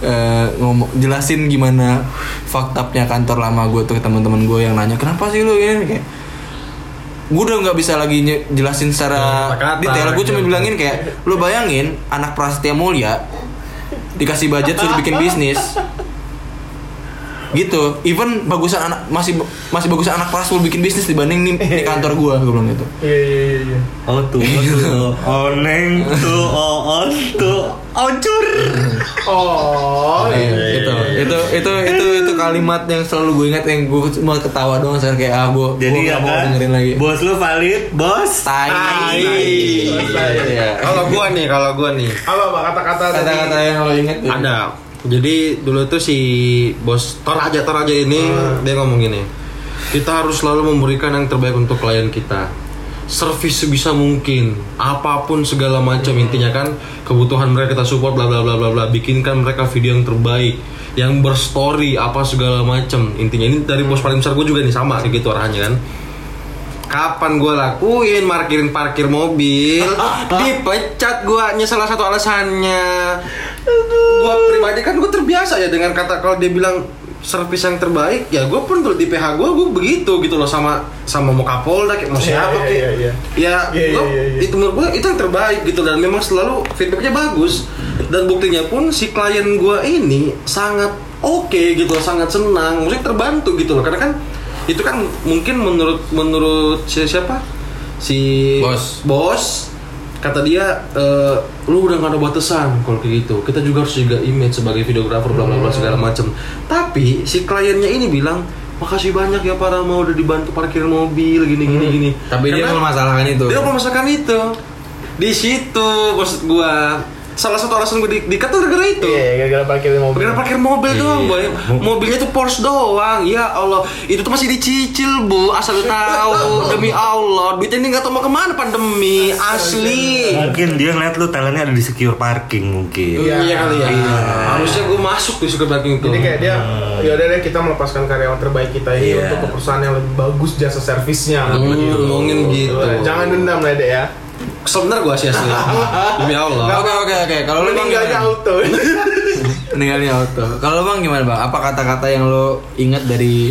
A: eh, ngomong jelasin gimana faktanya kantor lama gue tuh ke teman-teman gue yang nanya kenapa sih lu ini kayak gue udah nggak bisa lagi nye- jelasin secara
G: Kata-kata.
A: detail gue cuma bilangin kayak lu bayangin anak Prasetya Mulia dikasih budget suruh bikin bisnis gitu even bagusan anak masih masih bagusan anak Prasul bikin bisnis dibanding nih di kantor gue gue bilang gitu
B: iya iya iya, iya
F: Oh tuh, oh tuh, oh neng tuh, oh on tuh, ocur.
B: oh
A: Iya, itu, itu itu itu itu kalimat yang selalu gue ingat yang gue cuma ketawa doang saya kayak ah gue
F: Jadi
A: gue
F: ya
A: nggak mau
F: kan,
A: dengerin lagi
F: bos lu valid, bos.
A: tai
B: Tai.
A: Iya.
G: Iya, Kalau gue nih, kalau gue nih.
B: apa apa kata-kata tadi?
A: kata-kata yang lo inget ya.
G: Ada. Jadi dulu tuh si bos Toraja Toraja ini dia ngomong gini. Kita harus selalu memberikan yang terbaik untuk klien kita. Servis sebisa mungkin, apapun segala macam intinya kan kebutuhan mereka kita support bla bla bla bla bla bikinkan mereka video yang terbaik, yang berstory apa segala macam. Intinya ini dari bos paling besar gue juga nih sama kayak gitu arahannya kan. Kapan gue lakuin markirin parkir mobil Dipecat guanya salah satu alasannya Gue pribadi kan gue terbiasa ya dengan kata kalau dia bilang servis yang terbaik ya gue pun kalau di PH gue gue begitu gitu loh sama sama mau Kapolda kayak mau
B: iya,
G: siapa kayak
B: iya, iya.
G: ya
B: Iya,
G: gua-
B: iya, iya.
G: itu menurut gue itu yang terbaik gitu dan memang selalu feedbacknya bagus dan buktinya pun si klien gue ini sangat oke gitu loh, sangat senang maksudnya terbantu gitu loh karena kan itu kan mungkin menurut menurut si- siapa si
A: Bos.
G: bos kata dia eh, lu udah gak ada batasan kalau kayak gitu kita juga harus jaga image sebagai videografer bla bla bla
B: Hmm.
G: segala macem tapi si kliennya ini bilang makasih banyak ya para mau udah dibantu parkir mobil gini gini gini
A: Hmm. tapi dia
G: Karena-
A: memasalahkan itu
G: dia memasakkan itu di situ maksud gua salah satu alasan gue di, dikat tuh gara-gara itu
B: Iya, gara-gara parkirin mobil.
G: Gara parkir mobil
F: Iya.
G: doang, boy.
F: Mo-
G: Mobilnya tuh Porsche doang. Ya Allah, itu tuh masih dicicil, Bu. Asal lu tahu, demi Allah, duitnya ini nggak tahu mau kemana pandemi. Asli.
F: Mungkin dia ngeliat lu talentnya ada di secure parking mungkin.
G: Iya kali ya. Harusnya gue masuk di sugar parking itu.
B: Jadi kayak dia, yaudah deh kita melepaskan karyawan terbaik kita ini
F: Iya.
B: untuk ke perusahaan yang lebih bagus jasa servisnya.
G: Hmm, ngomongin gitu.
B: Jangan dendam lah deh ya.
G: Kesel bener gue sih asli. Demi Allah.
A: Oke oke oke. Kalau lu Bang,
B: Meninggalnya
A: gimana?
B: auto.
A: meninggalnya auto. Kalau lu bang gimana bang? Apa kata-kata yang lu ingat dari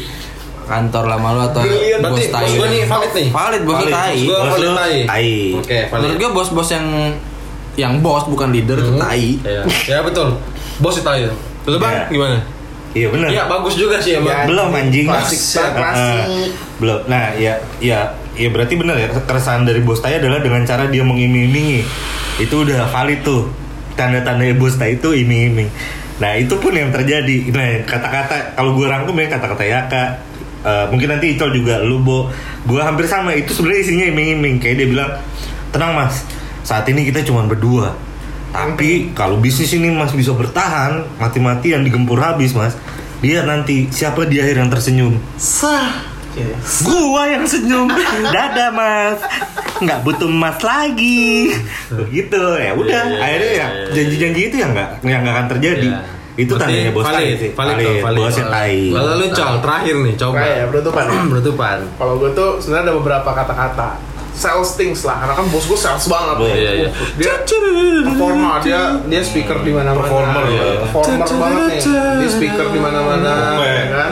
A: kantor lama lu atau
G: Brilliant. Iya, Berarti
A: tai
G: bos gua
A: lu?
G: nih valid nih.
A: Valid bos lu
G: Valid.
A: tai.
G: Bos gua-
F: Terus lu,
G: Tai.
F: tai.
G: Oke,
A: Menurut
G: valid.
A: gua bos-bos yang yang bos bukan leader itu tai.
G: Ya, ya betul. Bos itu aja. Betul
F: Iya. Ya,
G: bang? Gimana?
F: Iya bener.
G: Iya bagus juga sih emang.
F: belum anjing
B: Klasik,
F: Eh, belum nah ya ya ya berarti bener ya keresahan dari bos Tay adalah dengan cara dia mengiming-imingi itu udah valid tuh tanda-tanda bos Tay itu iming-iming nah itu pun yang terjadi nah kata-kata kalau gue rangkum ya kata-kata Yaka eh, mungkin nanti Icol juga lu bo gue hampir sama itu sebenarnya isinya iming-iming kayak dia bilang tenang mas saat ini kita cuma berdua tapi kalau bisnis ini mas bisa bertahan mati-matian digempur habis mas lihat nanti siapa di akhir yang tersenyum gua yang senyum dada mas nggak butuh mas lagi begitu ya udah
G: Iya,
F: akhirnya ya janji-janji itu yang nggak yang nggak akan terjadi itu
G: Berarti
F: tandanya bos tai
G: valid,
F: sih
G: valid,
F: Valid,
G: valid,
F: bos yang tai
G: valid. Lalu col terakhir nih coba.
B: Kayak ya, penutupan.
G: Penutupan.
B: Kalau gue tuh sebenarnya ada beberapa kata-kata sales things lah karena kan bos gue sales banget
F: Iya,
G: iya, iya.
B: dia performa dia dia speaker di mana mana
F: Performer, ya.
B: performer banget nih dia speaker di mana mana
F: Iya.
B: kan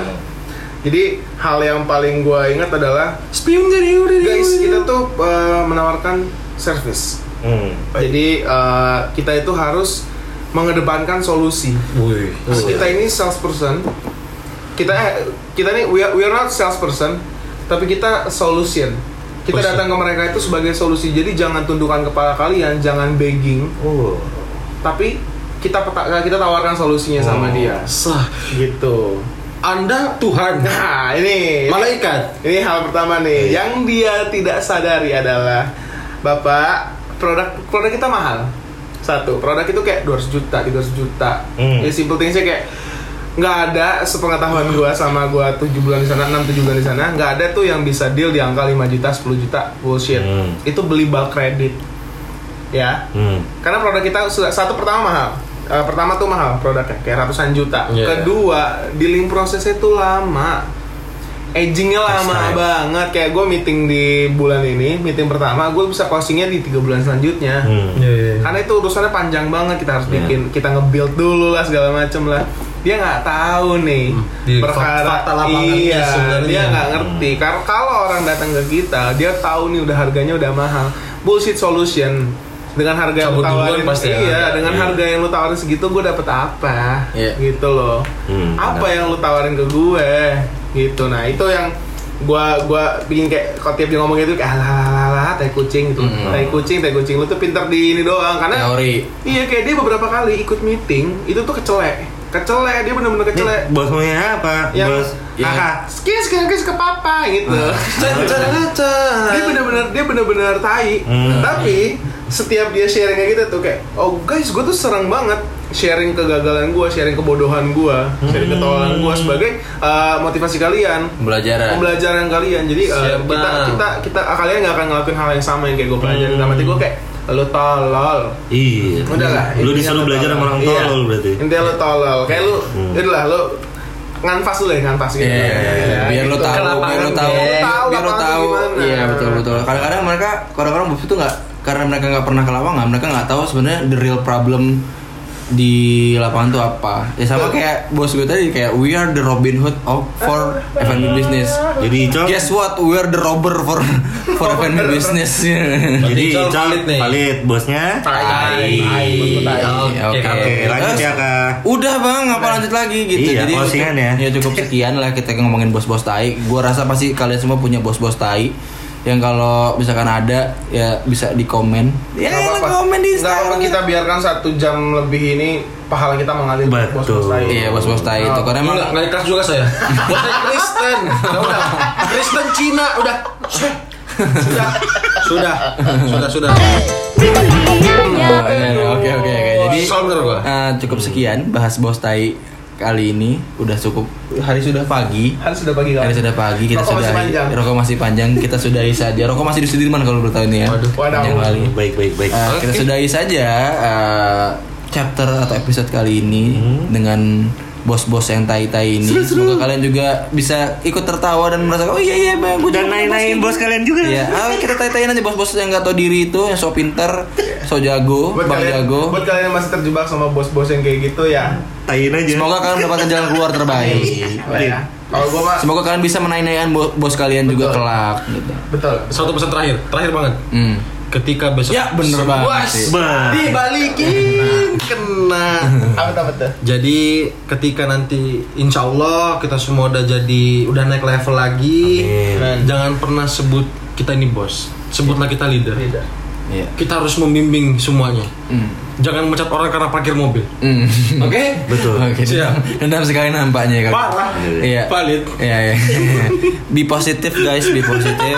B: jadi hal yang paling gue ingat adalah
G: Spion jadi udah.
B: guys kita tuh eh, menawarkan service
F: Hmm.
B: jadi eh, kita itu harus mengedepankan solusi
G: Wih.
B: Terus
A: Iya.
B: kita ini salesperson. Kita eh, kita nih we are, we are not salesperson, tapi kita solution. Kita
G: Person.
B: datang ke mereka itu sebagai solusi. Jadi jangan tundukkan kepala kalian, jangan begging,
F: Oh.
B: tapi kita peta- kita tawarkan solusinya sama dia.
G: Sah.
B: Gitu.
G: Anda Tuhan.
B: Nah, ini
G: Malaikat.
B: ini hal pertama nih.
F: Iya.
B: Yang dia tidak sadari adalah Bapak, produk produk kita mahal. Satu, produk itu kayak 200 juta, 300 juta.
F: Hmm.
B: Ya simple things kayak nggak ada sepengetahuan gua sama gua 7 bulan di sana, 6 7 bulan di sana, nggak ada tuh yang bisa deal di angka 5 juta, 10 juta. Bullshit.
F: Hmm.
B: Itu beli bulk kredit. Ya.
F: Hmm.
B: Karena produk kita sudah- satu pertama mahal. Eh, pertama tuh mahal produknya kayak ratusan juta.
G: Iya.
B: Kedua, dealing prosesnya tuh lama. Agingnya lama
G: ya.
F: That's right.
B: banget. Kayak gue meeting di bulan ini, meeting pertama, gue bisa closingnya di tiga bulan selanjutnya.
F: Hmm.
G: Iya,
B: Karena itu urusannya panjang banget kita harus
F: Iya.
B: bikin, kita nge-build dulu lah segala macem lah. Dia nggak tahu nih
G: Hmm. di
B: perkara
G: fakta lapangannya
B: iya,
G: sebenarnya. Hmm.
B: dia nggak ngerti. Karena kalau orang datang ke kita, dia tahu nih udah harganya udah mahal. Bullshit solution dengan harga yang lu
G: Cabut duluan
B: tawarin
G: pasti ya.
B: iya, dengan
F: Iya.
B: harga yang lu tawarin segitu gue dapet apa
A: Iya.
B: gitu loh
F: Hmm,
B: apa
F: benar.
B: yang lu tawarin ke gue gitu nah itu yang gua gua bikin kayak kalau tiap dia ngomong gitu kayak alah tai kucing gitu
A: Mm.
B: tai kucing tai kucing lu tuh pinter di ini doang karena
A: Teori.
B: iya kayak dia beberapa kali ikut meeting itu tuh kecelek kecelek dia bener-bener kecelek
F: Bos maunya apa?
G: Ya.
B: yang
F: bos.
A: yang-
F: Kakak.
B: skis skis skis ke papa gitu dia bener-bener dia bener-bener tai
F: Hmm.
B: tapi setiap dia sharing kayak gitu tuh kayak oh guys gue tuh serang banget sharing kegagalan gue sharing kebodohan gue sharing ketolan gue sebagai uh, motivasi kalian
A: Pembelajaran.
B: pembelajaran kalian jadi uh,
G: Siap,
B: kita
G: Bang.
B: kita kita ah, kalian nggak akan ngelakuin hal yang sama yang kayak gue pelajarin
F: Hmm.
B: dalam hati gue kayak lo tolol
F: Iya.
B: udah lah
F: Lu
B: intinya
F: disuruh
B: lo
F: belajar sama orang
B: Iya.
F: tolol berarti.
B: intinya lo tolol kayak lu
F: Hmm.
B: itulah lo nganfas dulu ya nganfas gitu
A: Iya, iya, iya, iya. biar lo
B: Gitu.
A: tahu,
B: Kenapa
A: biar lo
B: kan?
A: tahu,
B: Biar lu
A: biar
B: tahu
A: lo
B: lapangan
A: tahu.
B: gimana.
A: Iya betul betul. Kadang-kadang mereka, kadang-kadang bos itu nggak karena mereka nggak pernah ke lapangan, mereka nggak tahu sebenarnya the real problem di lapangan tuh apa. Ya sama kayak bos gue tadi kayak we are the Robin Hood of for F&B business.
F: Jadi Icol.
G: Iya.
A: Guess what? We are the robber for for F&B business.
F: Jadi
G: Icol
F: Icol
G: valid nih.
F: valid bosnya.
G: Tai.
A: Oke.
F: Oke, lanjut
A: Terus,
F: ya Kak.
A: Udah bang, apa lanjut lagi gitu.
F: Iya, closingan ya.
A: Ya cukup sekian lah kita ngomongin bos-bos tai. Gua rasa pasti kalian semua punya bos-bos tai yang kalau misalkan ada ya bisa di komen.
F: Eh,
A: Ya,
B: Nggak apa-apa.
A: komen di
B: Nggak apa-apa,
A: Instagram.
B: kita biarkan satu jam lebih ini pahala kita mengalir
F: Betul.
B: bos-bos lain. Nah,
A: Iya, bos-bos tai itu karena emang
B: Iya.
G: Enggak, enggak ikhlas juga saya. Bos saya Kristen. Ya udah. Kristen Cina udah. Sudah. Sudah. Sudah, sudah.
H: dunianya
A: Iya, iya, Oke, oke, oke. jadi
G: Soal bener gua.
A: eh, cukup sekian bahas bos tai kali ini udah cukup hari sudah pagi.
B: Hari sudah pagi kawan.
A: Hari sudah pagi kita
B: Rokok
A: sudahi.
B: masih panjang.
A: Rokok masih panjang. Kita sudahi saja. Rokok masih di Sudirman kalau bertahun ini ya.
B: Waduh, waduh.
A: Panjang kali.
F: Baik baik baik.
A: Eh, Kita sudahi saja eh, chapter atau episode kali ini dengan bos-bos yang tai-tai ini. Semoga kalian juga bisa ikut tertawa dan merasa oh iya iya bang, gua juga
F: Dan
A: punya
F: naik-naikin
A: kayak
F: bos
A: gitu."
F: kalian juga.
A: Iya, ah, kita tai-taiin aja bos-bos yang nggak tahu diri itu, yang so pinter, so jago,
B: Buat
A: bang
B: kalian,
A: jago.
B: buat kalian yang masih terjebak sama bos-bos yang kayak gitu ya.
F: Tain aja.
A: Semoga kalian mendapatkan jalan keluar Iya. terbaik.
F: Iya.
B: Apa ya? Kalau gua mah
A: Semoga kalian bisa menai-naikan bo- bos kalian juga kelak gitu.
B: betul.
G: Satu pesan terakhir, terakhir banget.
A: Hmm.
G: Ketika besok
A: Ya bener banget sih.
F: Bah.
G: dibalikin kena.
B: Apa tuh, apa tuh?
G: Jadi ketika nanti insya Allah kita semua udah jadi udah naik level lagi,
F: Amin.
G: jangan pernah sebut kita ini bos, sebutlah kita leader.
B: Tidak.
A: Iya.
G: Kita harus membimbing semuanya.
A: Hmm.
G: Jangan mecat orang karena parkir mobil.
A: Hmm.
G: Oke?
F: Betul.
A: Oke,
G: Siap.
A: dendam sekali nampaknya ya kalau.
G: Parah.
A: Iya.
G: Valid.
A: Iya, iya. Be positif guys, be positif.